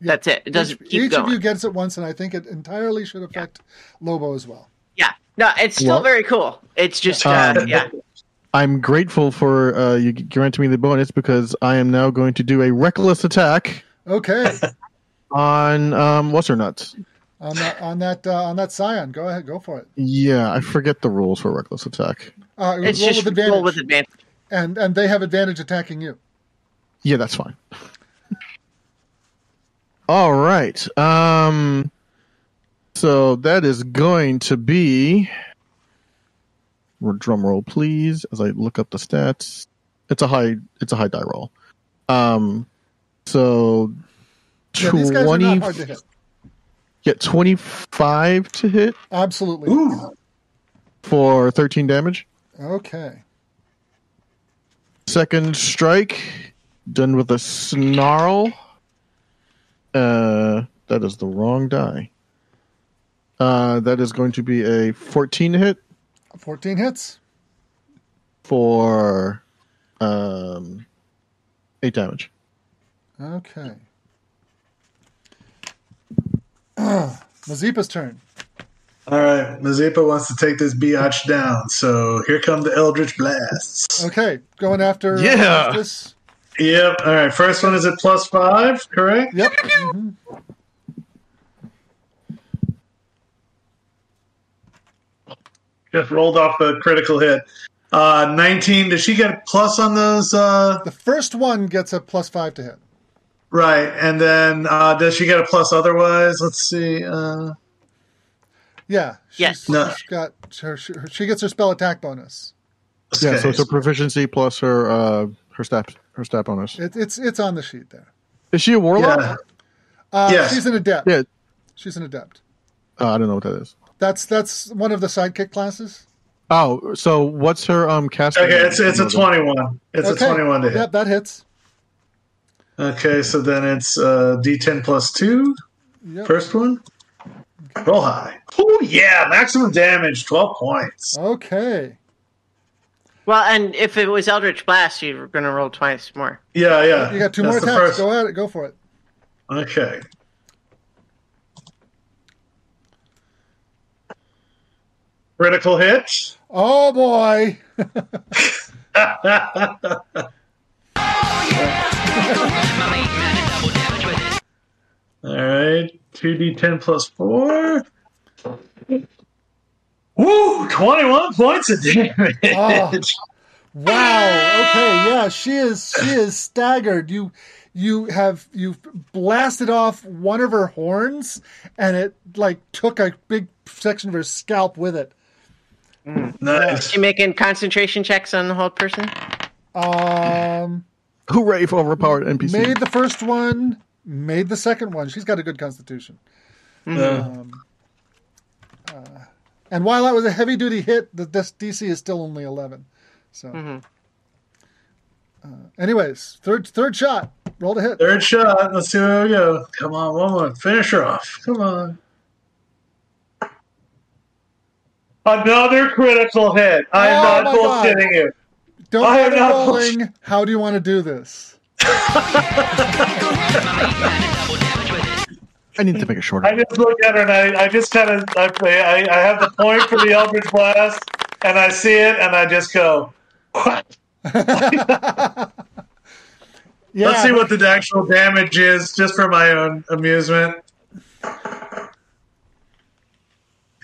S5: Yeah.
S6: That's it. It doesn't
S5: each
S6: keep
S5: each
S6: going.
S5: of you gets it once, and I think it entirely should affect Lobo as well.
S6: Yeah. No, it's still
S3: Well-
S6: very cool. It's just
S3: Um,
S6: uh, yeah.
S3: I'm grateful for uh, you granting me the bonus because I am now going to do a reckless attack
S5: Okay.
S3: on um, what's her nuts.
S5: on that on that uh, on that Scion, go ahead, go for it.
S3: Yeah, I forget the rules for reckless attack.
S5: Uh,
S6: It's
S5: roll
S6: just
S5: with advantage,
S6: roll with advantage.
S5: and and they have advantage attacking you.
S3: Yeah, that's fine. All right. Um, so that is going to be. Drum roll, please. As I look up the stats, it's a high. It's a high die roll. Um, so
S5: Yeah, these guys are not hard to
S3: twenty.
S5: hit.
S3: Get twenty five to hit.
S5: Absolutely.
S4: Ooh.
S3: for 13 damage.
S5: Okay.
S3: Second strike, done with a snarl. Uh, that is the wrong die. Uh, that is going to be a 14 hit
S5: Fourteen hits.
S3: for um, 8 damage.
S5: Okay. Mazepa's turn.
S4: All right. Mazepa wants to take this biatch down. So here come the Eldritch Blasts.
S5: Okay, going after uh,
S3: Yeah.
S5: Justice.
S4: Yep. All right. First one is at plus five, correct?
S5: Yep. Mhm.
S4: Just rolled off a critical hit. Uh, 19. Does she get a plus on those? Uh,
S5: The first one gets a plus five to hit.
S4: right. And then uh, does she get a plus otherwise? Let's see. Uh,
S5: Yeah. She's,
S6: Yes.
S4: No.
S5: she's got her, she, her- she gets her spell attack bonus.
S3: Yeah, so
S4: okay.
S3: it's her proficiency plus her uh, her stat her stat bonus.
S5: It, it's it's on the sheet there.
S3: Is she a warlock?
S4: yeah.
S5: Uh,
S4: Yes.
S5: She's an adept.
S3: Yeah.
S5: She's an adept.
S3: Uh, I don't know what that is.
S5: That's that's one of the sidekick classes.
S3: Oh, so what's her um casting?
S4: Okay, it's it's a twenty-one. It's
S5: Okay.
S4: a twenty-one to hit.
S5: Yep, that hits.
S4: Okay, so then it's uh, D10 plus two.
S5: Yep.
S4: First one. Roll high. Oh yeah, maximum damage, twelve points.
S5: Okay.
S6: Well, and if it was Eldritch Blast, you were going to roll twice more.
S4: Yeah, yeah.
S5: You got two more
S4: That's the
S5: attacks.
S4: first.
S5: Go at it. Go for it.
S4: Okay. Critical hit.
S5: Oh boy.
S4: All right, two D10 plus four. Woo! Twenty-one points of damage.
S5: Oh. Wow. Okay. Yeah, she is. She is staggered. You, you have you blasted off one of her horns, and it like took a big section of her scalp with it.
S4: nice.
S6: You making concentration checks on the whole person?
S5: Um,
S3: Hooray for overpowered NPC.
S5: made the first one. Made the second one. She's got a good constitution.
S4: Uh,
S5: Um, uh, And while that was a heavy duty hit, the this DC is still only eleven. So, Uh, anyways, third third shot, roll to hit.
S4: Third shot. Let's see where we go. Come on, woman. Finish her off. Come on. Another critical hit. I'm
S5: Oh
S4: not
S5: my God.
S4: bullshitting you.
S5: Don't
S4: I am
S5: bother
S4: not
S5: rolling. How do you want to do this?
S3: I need to make it shorter.
S4: I just look at her and I, I just kind of I play. I, I have the point for the Eldritch Blast, and I see it, and I just go. What?
S5: Yeah,
S4: Let's see what the actual damage is, just for my own amusement.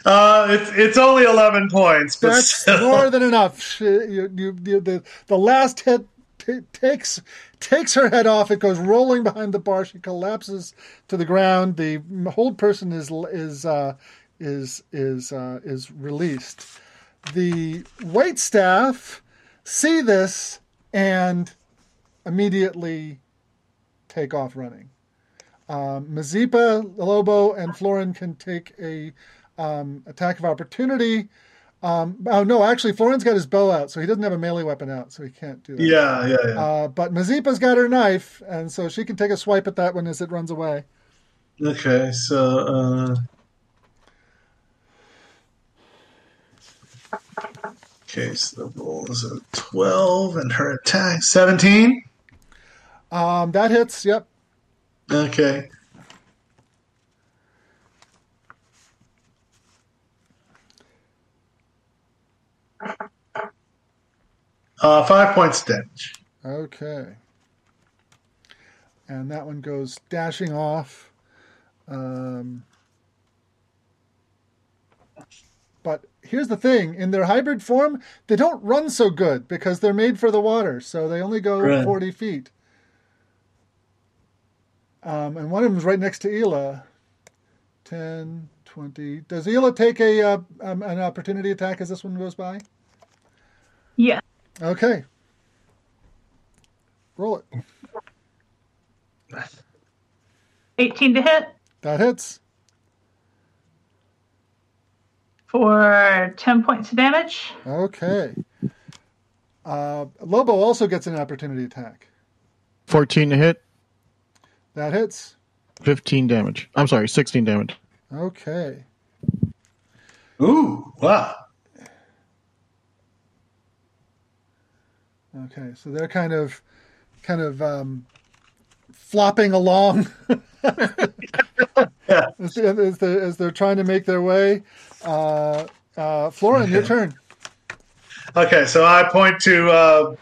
S4: Uh, it's it's only eleven points, but
S5: That's
S4: still.
S5: more than enough. She, you, you, you, the, the last hit t- takes takes her head off. It goes rolling behind the bar. She collapses to the ground. The hold person is is uh, is is uh, is released. The wait staff see this and immediately take off running. Um, Mazipa, Lobo, and Florin can take a um, attack of opportunity. Um, oh no, actually, Florin's got his bow out, so he doesn't have a melee weapon out, so he can't do that.
S4: yeah, yeah, yeah.
S5: Uh, but Mazipa's got her knife, and so she can take a swipe at that one as it runs away.
S4: Okay, so uh, okay, so the roll is a twelve, and her attack seventeen.
S5: Um, that hits. Yep.
S4: Okay, uh, five points of damage.
S5: Okay. And that one goes dashing off. Um, but here's the thing in their hybrid form, they don't run so good because they're made for the water, so they only go
S4: Right.
S5: 40 feet. Um, and one of them's right next to Ela. 10, 20. Does Ela take a uh, um, an opportunity attack as this one goes by?
S1: Yeah.
S5: Okay. Roll it.
S1: 18 to hit
S5: That hits.
S1: for 10 points of damage.
S5: Okay. Uh, Lobo also gets an opportunity attack.
S3: 14 to hit,
S5: That hits.
S3: 15 damage. I'm sorry, 16 damage.
S5: Okay.
S4: Ooh, wow.
S5: Okay. So they're kind of, kind of um, flopping along
S4: Yeah.
S5: as, as, they're, as they're trying to make their way. Uh, uh, Florin, your
S4: Okay.
S5: turn.
S4: Okay, so I point to uh,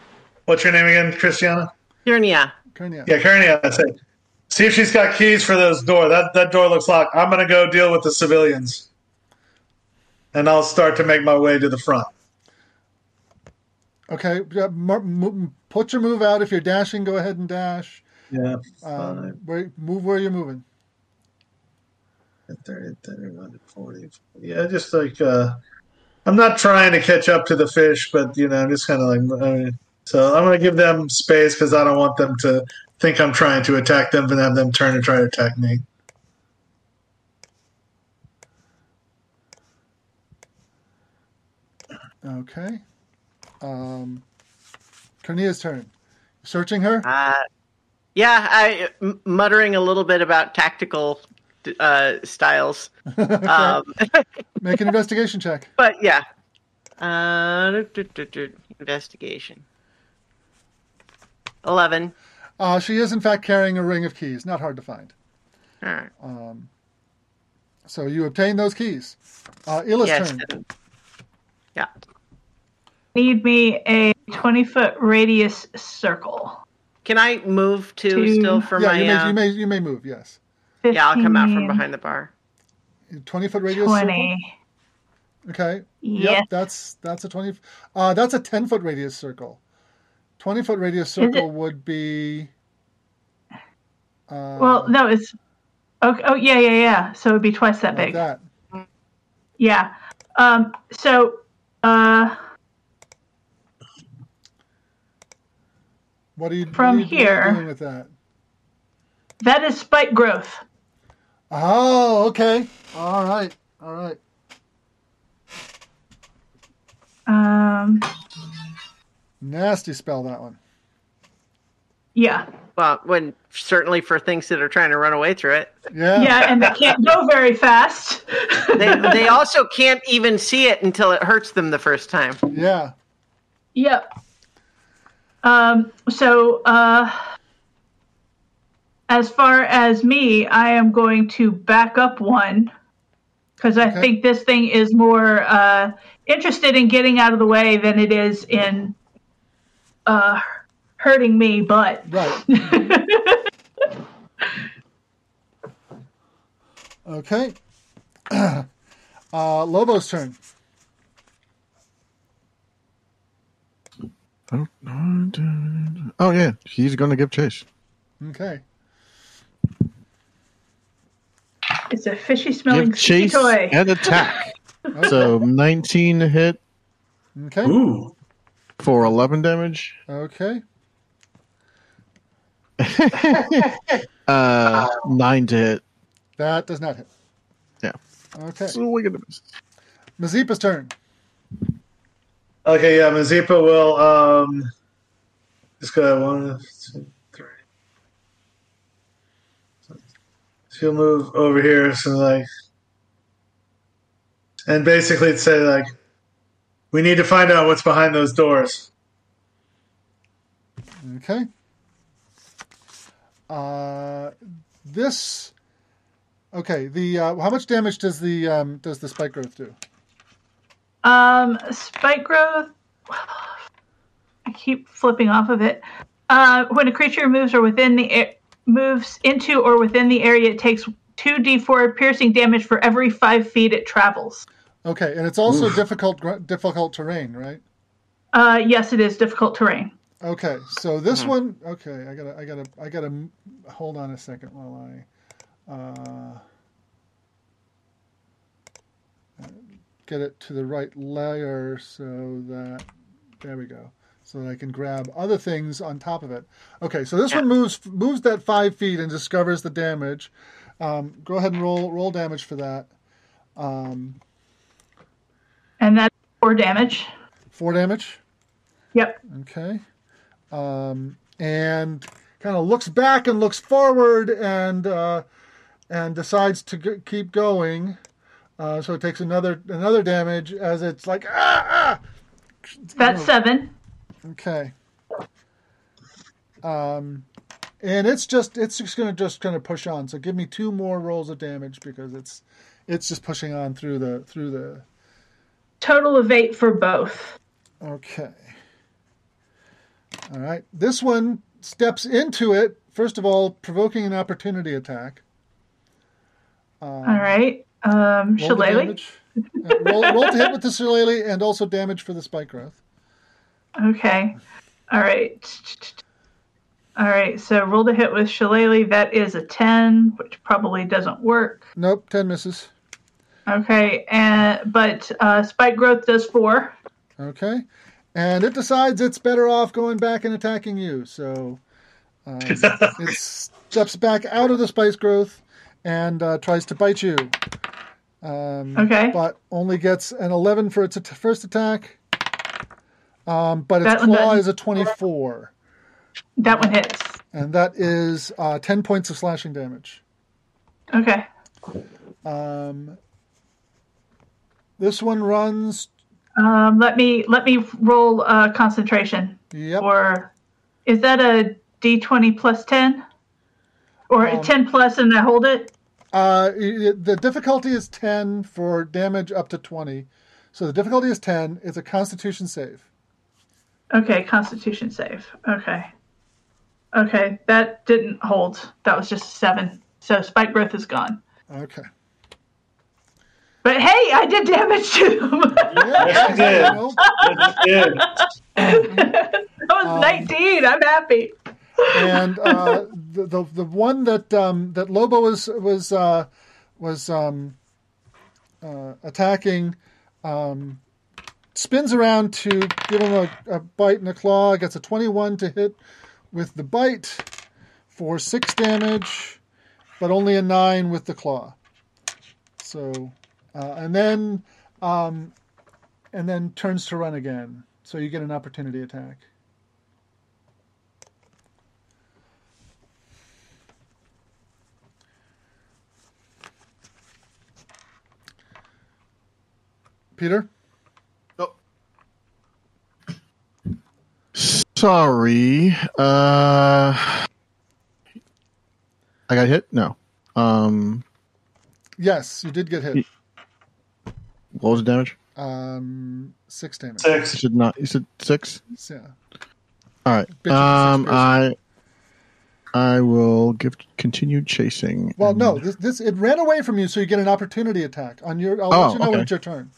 S4: what's your name again, Christiana?
S6: Yurnia.
S5: Kernia.
S4: Yeah, Kernia. I say, see if she's got keys for those door. That that door looks locked. I'm gonna go deal with the civilians, and I'll start to make my way to the front.
S5: Okay. yeah, mar- mo- Put your move out. If you're dashing, go ahead and dash.
S4: Yeah,
S5: Um, where, move where you're moving.
S4: 30, 30, 40. Yeah, just like uh, I'm not trying to catch up to the fish, but you know, I'm just kind of like I mean, so. I'm gonna give them space because I don't want them to think I'm trying to attack them and have them turn and try to attack me.
S5: Okay. Um, Kernia's turn. Searching her.
S6: Uh, yeah, I m- muttering a little bit about tactical uh, styles. Um,
S5: Make an investigation check.
S6: but yeah. Uh, do- do- do- do- investigation. 11.
S5: Uh, she is, in fact, carrying a ring of keys. Not hard to find. Um,
S6: All right.
S5: So you obtain those keys. Uh, Ila's
S6: Yes.
S5: turn.
S6: Yeah.
S1: Need me a 20 foot radius circle.
S6: Can I move to
S1: Two.
S6: still for
S5: yeah,
S6: my.
S5: you, may,
S6: uh,
S5: Mm-hmm. you may you may move. Yes,
S1: 15,
S6: yeah, I'll come out from behind the bar.
S5: twenty foot radius. circle?
S1: 20.
S5: Okay.
S1: Yes.
S5: Yep. That's that's a twenty. Uh, that's a ten foot radius circle. Twenty foot radius
S1: it-
S5: circle would be. Uh,
S1: Well, no, it's. Okay, oh, yeah, yeah, yeah. So it'd be twice that
S5: like
S1: big.
S5: that.
S1: Yeah. Um, so, uh,
S5: What are you what
S1: From
S5: are you
S1: here-
S5: doing with that?
S1: that is spike growth.
S5: Oh, okay. All right. All right.
S1: Um,
S5: Nasty spell that one.
S1: yeah.
S6: Well, when certainly for things that are trying to run away through it,
S5: Yeah.
S1: Yeah, and they can't go very fast.
S6: they they also can't even see it until it hurts them the first time.
S5: Yeah.
S1: Yep. Um, so uh, As far as me, I am going to back up one because I
S5: Okay.
S1: think this thing is more uh, interested in getting out of the way than it is in uh, hurting me. But
S5: Right. okay. uh, Lobo's turn.
S3: I don't- Oh yeah, he's gonna give chase.
S5: Okay.
S1: it's a fishy smelling
S3: Give
S1: sticky
S3: chase
S1: toy.
S3: and attack. so nineteen to hit
S5: Okay.
S4: Ooh.
S3: for eleven damage.
S5: Okay.
S3: Uh, nine to hit.
S5: That does not hit.
S3: Yeah.
S5: Okay.
S3: So we're gonna miss.
S5: Mazepa's turn.
S4: Okay, yeah, Mazepa will um just go one, two, three. She'll move over here, so like and basically say like we need to find out what's behind those doors.
S5: Okay. Uh, this. Okay. The uh, how much damage does the um, does the spike growth do?
S1: Um, spike growth. I keep flipping off of it. Uh, when a creature moves or within the a- moves into or within the area, it takes two d4 piercing damage for every five feet it travels.
S5: Okay, and it's also difficult gr- difficult terrain, right?
S1: Uh, yes, it is difficult terrain.
S5: Okay, so this one. Okay, I gotta, I gotta, I gotta. m- Hold on a second while I uh, get it to the right layer so that there we go, so that I can grab other things on top of it. Okay, so this one moves moves that five feet and discovers the damage. Um, go ahead and roll roll damage for that. Um,
S1: And that's four damage.
S5: four damage.
S1: Yep.
S5: Okay. Um, and kind of looks back and looks forward and uh, and decides to g- keep going. Uh, so it takes another another damage as it's like ah.
S1: That's seven.
S5: ah! Okay. Um, and it's just it's just gonna just gonna push on. So give me two more rolls of damage because it's it's just pushing on through the through the
S1: Total of eight for both.
S5: Okay. All right. This one steps into it, first of all, provoking an opportunity attack.
S1: All right. Um,
S5: Roll the
S1: shillelagh.
S5: damage. Uh, roll, roll to hit with the shillelagh and also damage for the spike growth.
S1: Okay. All right. All right. So roll to hit with shillelagh. That is a ten, which probably doesn't work.
S5: Nope, 10 misses.
S1: Okay, and but uh, spike growth does four.
S5: Okay. And it decides it's better off going back and attacking you. So um, it steps back out of the spice growth and uh, tries to bite you. Um,
S1: Okay.
S5: But only gets an 11 for its at- first attack. Um, but its
S1: That one
S5: claw
S1: doesn't-
S5: is a 24.
S1: That one hits.
S5: And that is uh, 10 points of slashing damage.
S1: Okay.
S5: Um, this one runs.
S1: Um, let me let me roll uh, concentration.
S5: Yep.
S1: Or is that a D twenty plus ten? Or
S5: Um,
S1: ten plus and I hold it?
S5: Uh, y- y- the difficulty is 10 for damage up to 20. So the difficulty is 10. It's a constitution save.
S1: Okay, Constitution save. Okay. Okay, that didn't hold. That was just a seven. So spike growth is gone.
S5: Okay.
S1: But hey, I did damage to them. that
S4: you
S5: Yeah,
S4: did.
S5: you know.
S4: Yeah.
S1: was nineteen. I'm happy.
S5: And uh, the, the the one that um, that Lobo was was uh, was um, uh, attacking um, spins around to give him a, a bite and a claw. Gets a twenty-one to hit with the bite for six damage, but only a nine with the claw. So, uh, and then um, and then turns to run again. So you get an opportunity attack. Peter.
S3: Sorry. Uh, I got hit. No. Um,
S5: Yes, you did get hit.
S3: what was the damage?
S5: Um, six damage.
S3: You
S4: Six.
S3: said not. You said six.
S5: Yeah.
S3: All right.
S5: Bitch,
S3: Um,
S5: it's
S3: I I will give continue chasing.
S5: Well,
S3: and-
S5: no, this, this it ran away from you, so you get an opportunity attack on your. I'll
S3: Oh,
S5: let you know
S3: okay.
S5: when it's your turn.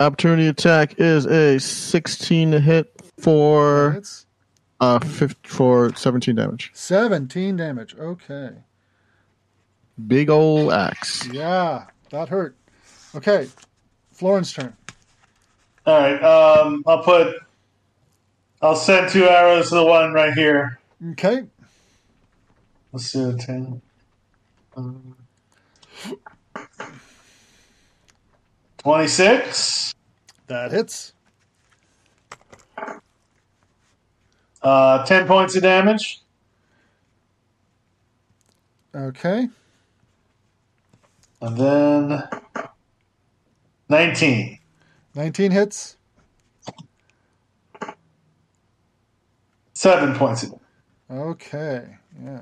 S3: Opportunity attack is a sixteen to hit for
S5: It's
S3: uh fif- for seventeen damage.
S5: seventeen damage. Okay.
S3: Big old axe.
S5: Yeah, that hurt. Okay, Florin's turn.
S4: All right. Um, I'll put. I'll send two arrows to the one right here.
S5: Okay,
S4: Let's see. Ten. Um, Twenty-six.
S5: that hits.
S4: Uh, ten points of damage.
S5: Okay,
S4: And then nineteen.
S5: nineteen hits.
S4: Seven points of damage.
S5: Okay, yeah,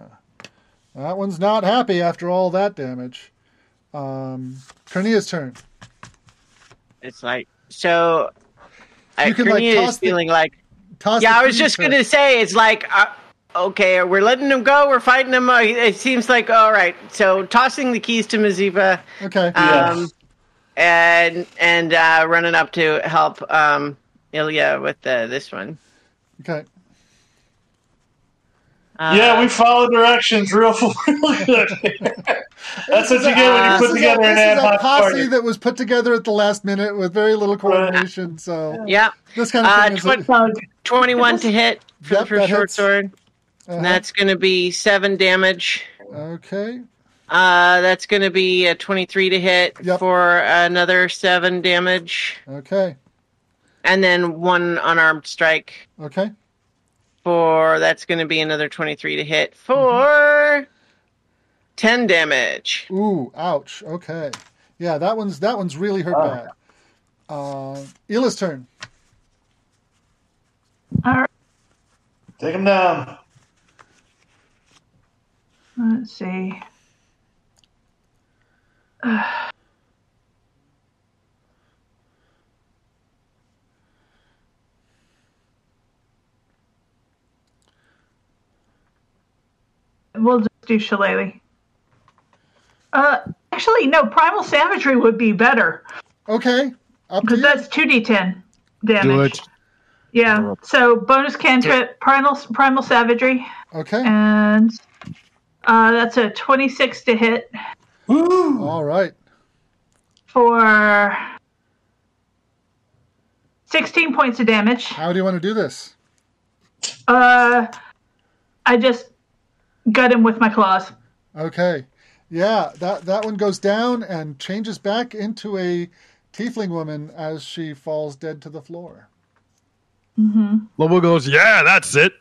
S5: that one's not happy after all that damage. Um, Kernia's turn.
S6: It's like so. I
S5: You can, like,
S6: Cornelia
S5: toss
S6: is
S5: the-
S6: feeling like
S5: Toss
S6: yeah.
S5: the
S6: I was
S5: key
S6: just
S5: to-
S6: gonna say it's like uh, okay, we're letting him go. We're fighting him. Uh, it seems like all right. So tossing the keys to Maziba.
S5: Okay,
S6: Um,
S4: Yes.
S6: and and uh, running up to help um, Ilya with the, this one.
S5: okay.
S6: Uh,
S4: yeah, we follow directions real, real good. That's what you get when you
S6: uh,
S5: This
S4: put
S5: is a-
S4: together an
S5: this
S4: ad
S5: is a
S4: hoc
S5: posse
S4: party.
S5: that was put together at the last minute with very little coordination. So
S6: yeah.
S5: this kind of
S6: Uh,
S5: thing is
S6: twen-
S1: Um,
S6: twenty-one to hit for
S5: Yep,
S6: the first
S5: that
S6: short
S5: hits.
S6: sword.
S5: uh-huh.
S6: And that's going to be seven damage.
S5: okay.
S6: Uh, that's going to be a twenty-three to hit
S5: Yep.
S6: for another seven damage,
S5: Okay.
S6: and then one unarmed strike
S5: Okay.
S6: for that's going to be another twenty-three to hit for ten damage.
S5: Ooh, ouch. Okay. Yeah, that one's that one's really hurt bad. Uh Ela's turn.
S1: all right,
S4: Take him down.
S1: let's see. Uh, We'll just do shillelagh. Uh, actually, no. Primal savagery would be better
S5: Okay. Up to
S1: because
S5: you.
S1: that's two d10 damage.
S3: Do it.
S1: Yeah. So bonus cantrip, primal primal savagery,
S5: Okay.
S1: and uh, that's a twenty-six to hit
S4: Woo!
S5: All right.
S1: for sixteen points of damage.
S5: How do you want to do this?
S1: Uh, I just gut him with my claws.
S5: Okay. Yeah, that that one goes down and changes back into a tiefling woman as she falls dead to the floor.
S3: Lobo goes. Yeah, that's it.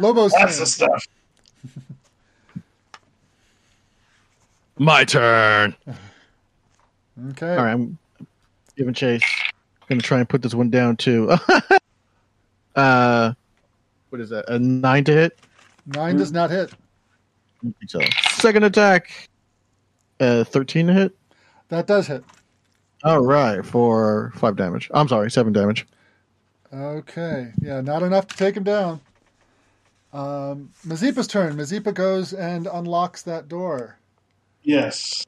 S5: Lobo's
S4: That's the
S5: turn.
S4: stuff.
S3: My turn.
S5: Okay.
S3: All right, I'm giving chase. I'm gonna try and put this one down too. uh, what is that? A nine to hit.
S5: 9 does not hit.
S3: I don't think So second attack, uh, thirteen to hit.
S5: That does hit.
S3: All right, for five damage. I'm sorry, seven damage.
S5: Okay. Yeah, not enough to take him down. Um, Mazepa's turn. Mazepa goes and unlocks that door.
S4: Yes.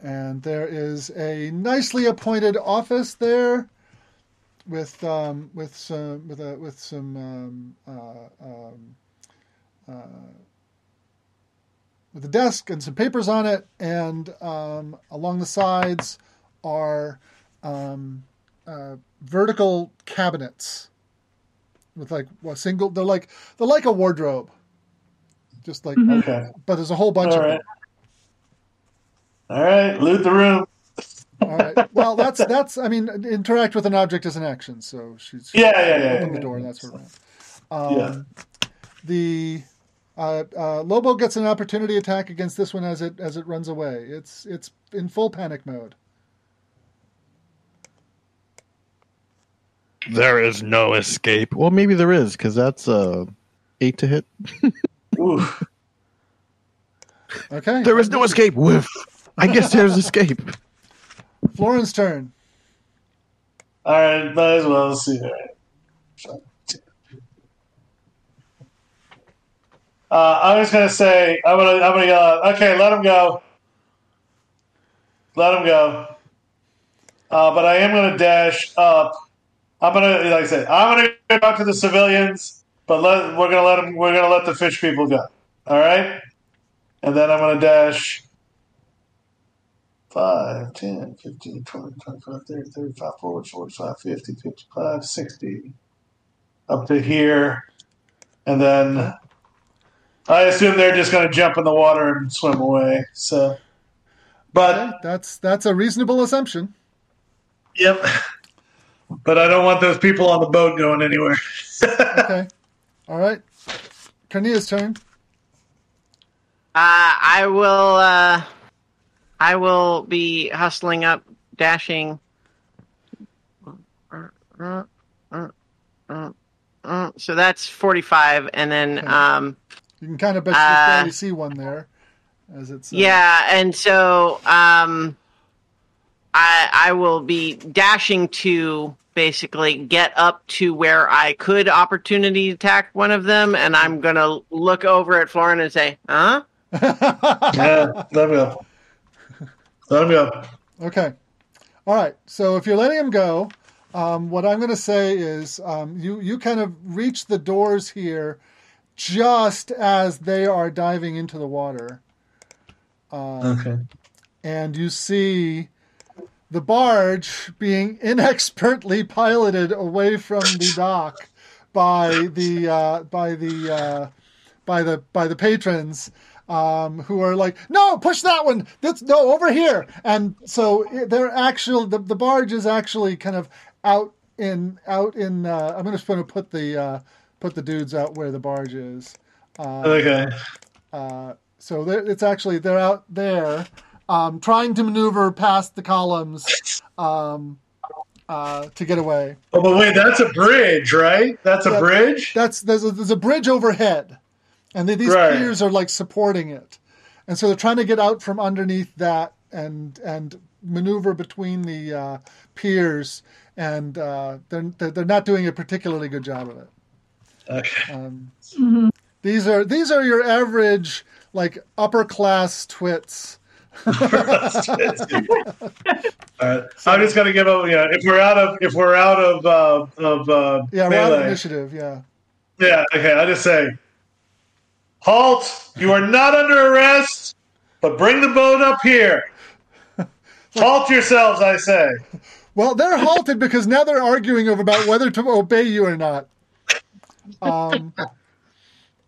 S5: And there is a nicely appointed office there with um, with some with a with some um, uh, um, uh, with a desk and some papers on it, and um, along the sides are um, uh, vertical cabinets with like a single. They're like they're like a wardrobe, just like.
S4: Okay.
S5: But there's a whole bunch
S4: Mm-hmm. All
S5: of them.
S4: right. All right. Loot the room.
S5: All right. Well, that's that's. I mean, interact with an object is an action, so she's
S4: Yeah, yeah, yeah,
S5: open
S4: yeah,
S5: the door.
S4: yeah.
S5: That's her round. Um, The uh, uh, Lobo gets an opportunity attack against this one as it as it runs away. It's it's in full panic mode.
S3: There is no escape. Well, maybe there is because that's uh, eight to hit.
S4: Ooh.
S5: Okay.
S3: There is no escape. Whiff. I guess there's escape.
S5: Florin's turn.
S4: All right, might as well see. All right. Uh, I'm just gonna say I'm gonna I'm gonna yell out, okay, let him go, let him go. Uh, but I am gonna dash up. I'm gonna like I said I'm gonna go talk to the civilians, but let, we're gonna let them we're gonna let the fish people go. All right, and then I'm gonna dash. 5, 10, 15, 20, 25, 30, 35, 40, 45, 50, 55, 60. Up to here. And then I assume they're just going to jump in the water and swim away. So,
S5: Okay,
S4: but,
S5: that's that's a reasonable assumption.
S4: yep. But I don't want those people on the boat going anywhere.
S5: Okay. All right. Carnia's turn.
S6: Uh, I will. Uh, I will be hustling up, dashing. So that's forty-five, and then um,
S5: You can kind of bet
S6: Uh,
S5: you barely see one there, as it's uh,
S6: yeah, and so um, I I will be dashing to basically get up to where I could opportunity attack one of them, and I'm gonna look over at Florin and say, "Huh."
S4: Yeah, let him go. Let him go.
S5: Okay. All right. So if you're letting him go, um, what I'm going to say is um, you you kind of reach the doors here just as they are diving into the water,
S4: Okay.
S5: and you see the barge being inexpertly piloted away from the dock by the uh, by the uh, by the by the patrons um, who are like, no, push that one. That's no over here. And so eh, they're actual. The, the barge is actually kind of out in out in. Uh, I'm just going to put the uh, put the dudes out where the barge is.
S4: Okay.
S5: Uh, so they're- it's actually they're out there um, trying to maneuver past the columns um, uh, to get away.
S4: Oh, but wait, that's a bridge, right? That's a
S5: Yeah.
S4: bridge?
S5: That's there's a, there's a bridge overhead, and then these
S4: Right.
S5: piers are like supporting it, and so they're trying to get out from underneath that and and maneuver between the uh, piers, and uh, they're they're they're not doing a particularly good job of it. Um,
S4: Okay.
S5: These are these are your average like upper class twits.
S4: All right. I'm just gonna give up. You know, if we're out of if we're out of uh, of uh,
S5: Yeah, we're out of
S4: melee,
S5: initiative. Yeah.
S4: yeah. Okay, I just say, halt! You are not under arrest, but bring the boat up here. halt yourselves, I say.
S5: Well, they're halted because now they're arguing over about whether to obey you or not. Um,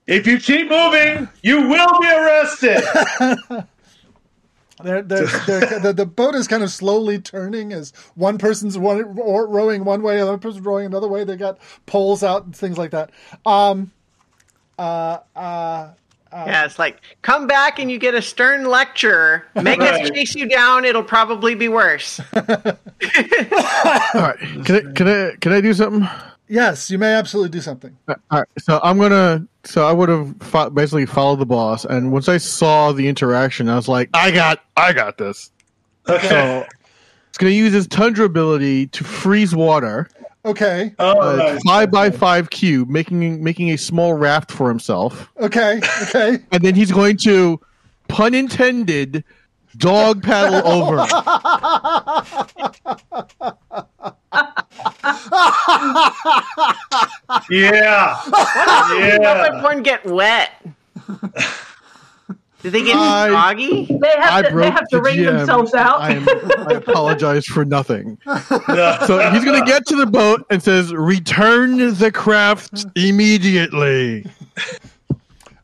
S4: If you keep moving, you will be arrested.
S5: they're, they're, they're, the, the boat is kind of slowly turning as one person's one, or, rowing one way, another person's rowing another way. They got poles out and things like that. Um, uh,
S4: Oh.
S6: Yeah, it's like come back and you get a stern lecture. Make us
S4: Right.
S6: chase you down. It'll probably be worse.
S3: All right. Can I can I can I do something?
S5: yes, you may absolutely do something.
S3: All right, so I'm gonna. So I would have fo- basically followed the boss, and once I saw the interaction, I was like, "I got, I got this."
S4: Okay.
S3: So it's gonna use his tundra ability to freeze water,
S5: Okay.
S4: oh,
S3: uh,
S4: nice.
S3: five by five cube, making making a small raft for himself,
S5: Okay. Okay.
S3: and then he's going to, pun intended, dog paddle over.
S4: Yeah.
S6: How
S4: yeah.
S6: did one get wet? Did they get
S3: I-
S6: soggy?
S1: They have
S3: I
S1: to, they
S3: broke
S1: have to
S3: the
S1: wring
S3: GM.
S1: themselves out.
S3: I, am, I apologize for nothing.
S4: No.
S3: So he's gonna get to the boat and says, "Return the craft immediately."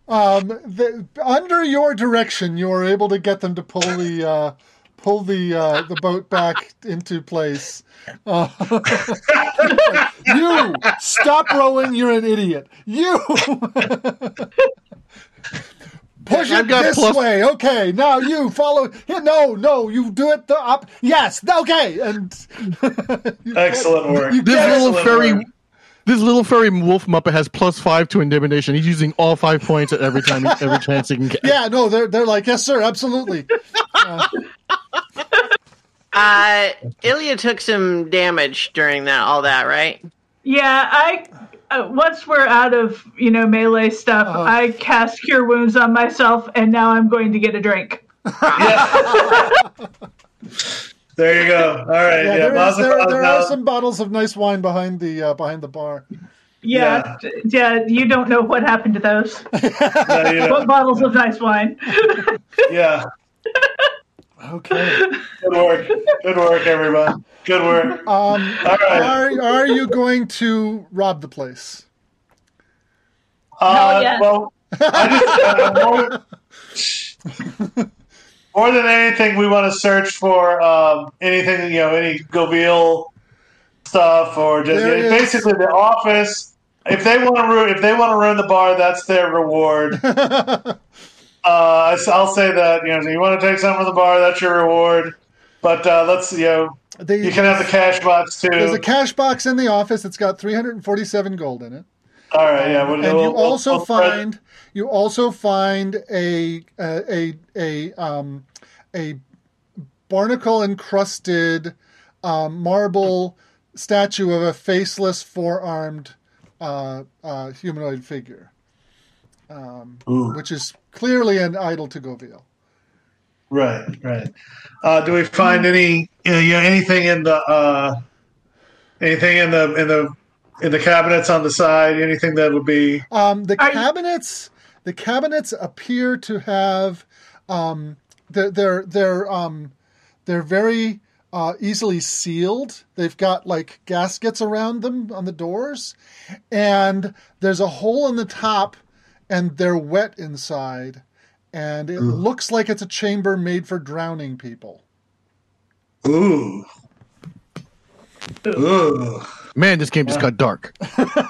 S5: Um, the, under your direction, you are able to get them to pull the uh, pull the uh, the boat back into place. Uh, you stop rowing! You're an idiot. You. Push
S3: I've
S5: it
S3: got
S5: this
S3: plus-
S5: way. Okay, now you follow. Here, no, no, you do it the up. Yes, okay, and you get-
S4: Excellent work.
S5: You
S3: This
S5: get it.
S3: little
S4: Excellent
S3: furry,
S4: work.
S3: this little furry wolf muppet has plus five to intimidation. He's using all five points at every time, every chance he can get.
S5: Yeah, no, they're they're like, yes, sir, absolutely.
S6: Uh, Ilya took some damage during that, all that, right?
S1: Yeah, I uh, once we're out of you know melee stuff,
S5: Uh-huh.
S1: I cast cure wounds on myself, and now I'm going to get a drink.
S4: There you go. All right.
S5: Yeah,
S4: Yeah,
S5: there, is,
S4: Mazel
S5: there,
S4: tov
S5: there
S4: now.
S5: are some bottles of nice wine behind the uh, behind the bar.
S1: Yeah, d- yeah, you don't know what happened to those.
S4: No, you
S1: what
S4: know,
S1: bottles of nice wine?
S4: yeah.
S5: Okay.
S4: Good work. Good work, everyone. Good work.
S5: Um,
S4: All right.
S5: are are you going to rob the place?
S4: Uh,
S1: yes.
S4: Well, I just, uh, more, uh, more than anything, we want to search for um, anything, you know, any Goville stuff or just
S5: There
S4: yeah,
S5: is-
S4: basically the office. If they want to ruin, if they want to ruin the bar, that's their reward. Uh, I'll say that you know, you want to take something from the bar, that's your reward. But uh, let's you know,
S5: They,
S4: You can have the cash box too.
S5: There's a cash box in the office. It's got 347 gold in it.
S4: All right, yeah. We'll,
S5: and
S4: we'll-
S5: you
S4: we'll-
S5: also
S4: we'll spread-
S5: find you also find a uh, a a um a barnacle encrusted um, marble statue of a faceless four armed uh, uh, humanoid figure, um,
S4: Ooh,
S5: which is clearly an idol to Govil.
S4: right, right. Uh, do we find any you know, you know, anything in the uh, anything in the in the in the cabinets on the side? Anything that would be
S5: Um, the
S1: Are you-
S5: cabinets, the cabinets appear to have, um, they're they're they're um, they're very uh, easily sealed. They've got like gaskets around them on the doors, and there's a hole in the top, and they're wet inside, and it looks like it's a chamber made for drowning people.
S4: ooh ooh
S3: Man, this game just got dark.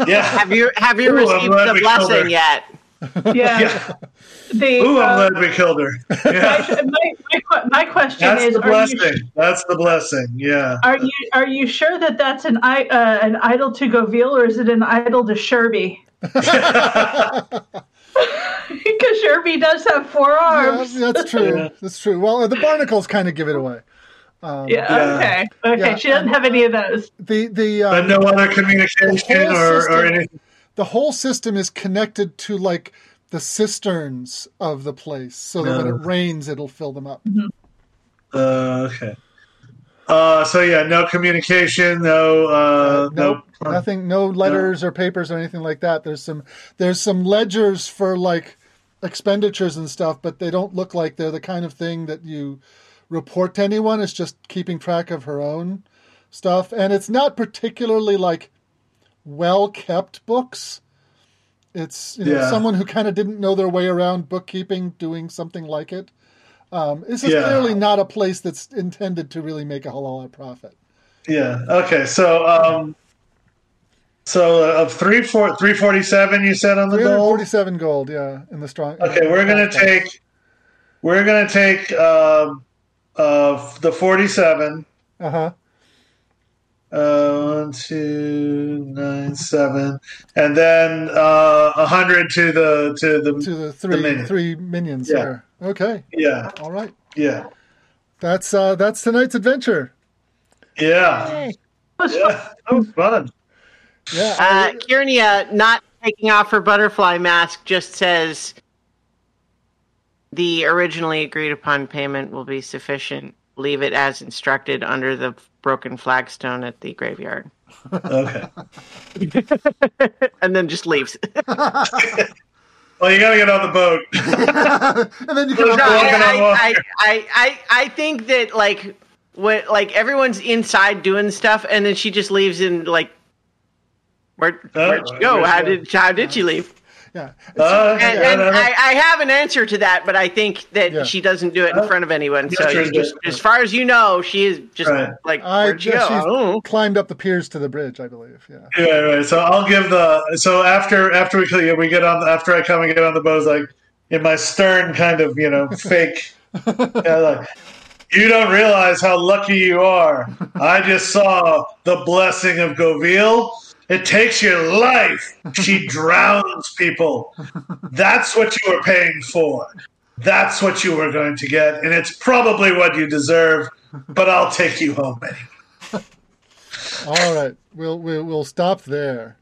S4: yeah
S6: Have you have you
S4: Ooh, I'm
S6: received
S4: glad
S6: the
S4: we killed her.
S6: blessing yet?
S1: Yeah,
S4: yeah.
S1: the
S4: Ooh,
S1: uh,
S4: I'm glad we killed her. Yeah.
S1: my, my, que- my question
S4: That's
S1: is:
S4: the
S1: are you,
S4: blessing. That's the blessing. Yeah.
S1: are you are you sure that that's an i uh, an idol to Goville or is it an idol to Sherby? Because Sherby does have four
S5: Yeah,
S1: arms.
S5: that's true.
S4: Yeah.
S5: That's true. Well, the barnacles kind of give it away. Um,
S1: Yeah.
S4: Yeah.
S1: Okay. Okay.
S5: Yeah,
S1: she doesn't
S5: and-
S1: have any of those.
S5: The the um,
S4: But no other
S5: The
S4: communication
S5: whole
S4: or, or
S5: system-
S4: anything.
S5: the whole system is connected to like the cisterns of the place so that when
S4: No.
S5: it rains it'll fill them up
S4: Uh, okay. Uh, so yeah, no communication, no, uh,
S5: nope,
S4: no,
S5: nothing no letters or papers or anything like that there's some there's some ledgers for like expenditures and stuff but they don't look like they're the kind of thing that you report to anyone it's just keeping track of her own stuff and it's not particularly like well kept books it's you know
S4: Yeah.
S5: someone who kind of didn't know their way around bookkeeping doing something like it um, this is
S4: Yeah.
S5: clearly not a place that's intended to really make a whole lot of profit
S4: yeah. Okay, so um, so uh, of three four three forty seven, you said on the goal.
S5: 347 gold, yeah, in the strong.
S4: Okay, we're gonna take, we're gonna take um, uh, the forty seven.
S5: Uh huh.
S4: Uh, one, two, nine, seven, and then uh, a hundred to the to the
S5: To the three
S4: minion.
S5: three minions
S4: Yeah.
S5: there. Okay,
S4: yeah
S5: all right.
S4: yeah
S5: That's uh that's tonight's adventure.
S4: yeah yeah. That was fun.
S5: Yeah.
S6: Uh, Kiernia, not taking off her butterfly mask, just says the originally agreed upon payment will be sufficient. Leave it as instructed under the broken flagstone at the graveyard,
S4: Okay.
S6: and then just leaves.
S4: Well, you gotta get on the boat.
S5: and then you
S4: No,
S5: can
S6: No,
S4: Walking on
S6: I, I,
S4: water.
S6: I, I, I think that like what like everyone's inside doing stuff, and then she just leaves in like where
S4: Oh,
S6: where'd she go?
S4: where'd she
S6: How
S4: go?
S6: did how did she leave?
S5: yeah.
S4: Uh,
S6: And,
S4: yeah,
S6: and
S4: no, no.
S6: I, I have an answer to that, but I think that
S5: Yeah.
S6: she doesn't do it in front of anyone. So
S4: true,
S6: you just,
S4: true.
S6: as far as you know, she is just
S4: Right.
S6: like
S5: I
S6: where'd she go? I don't know.
S5: she's climbed up the piers to the bridge, I believe. Yeah.
S4: Right, right. So I'll give the so after after we yeah, we get on after I come and get on the boat, it's like in my stern kind of you know fake. yeah, like, you don't realize how lucky you are. I just saw the blessing of Goville. It takes your life. She drowns people. That's what you were paying for. That's what you were going to get, and it's probably what you deserve. But I'll take you home. Anyway.
S5: All right, we'll we'll, we'll stop there.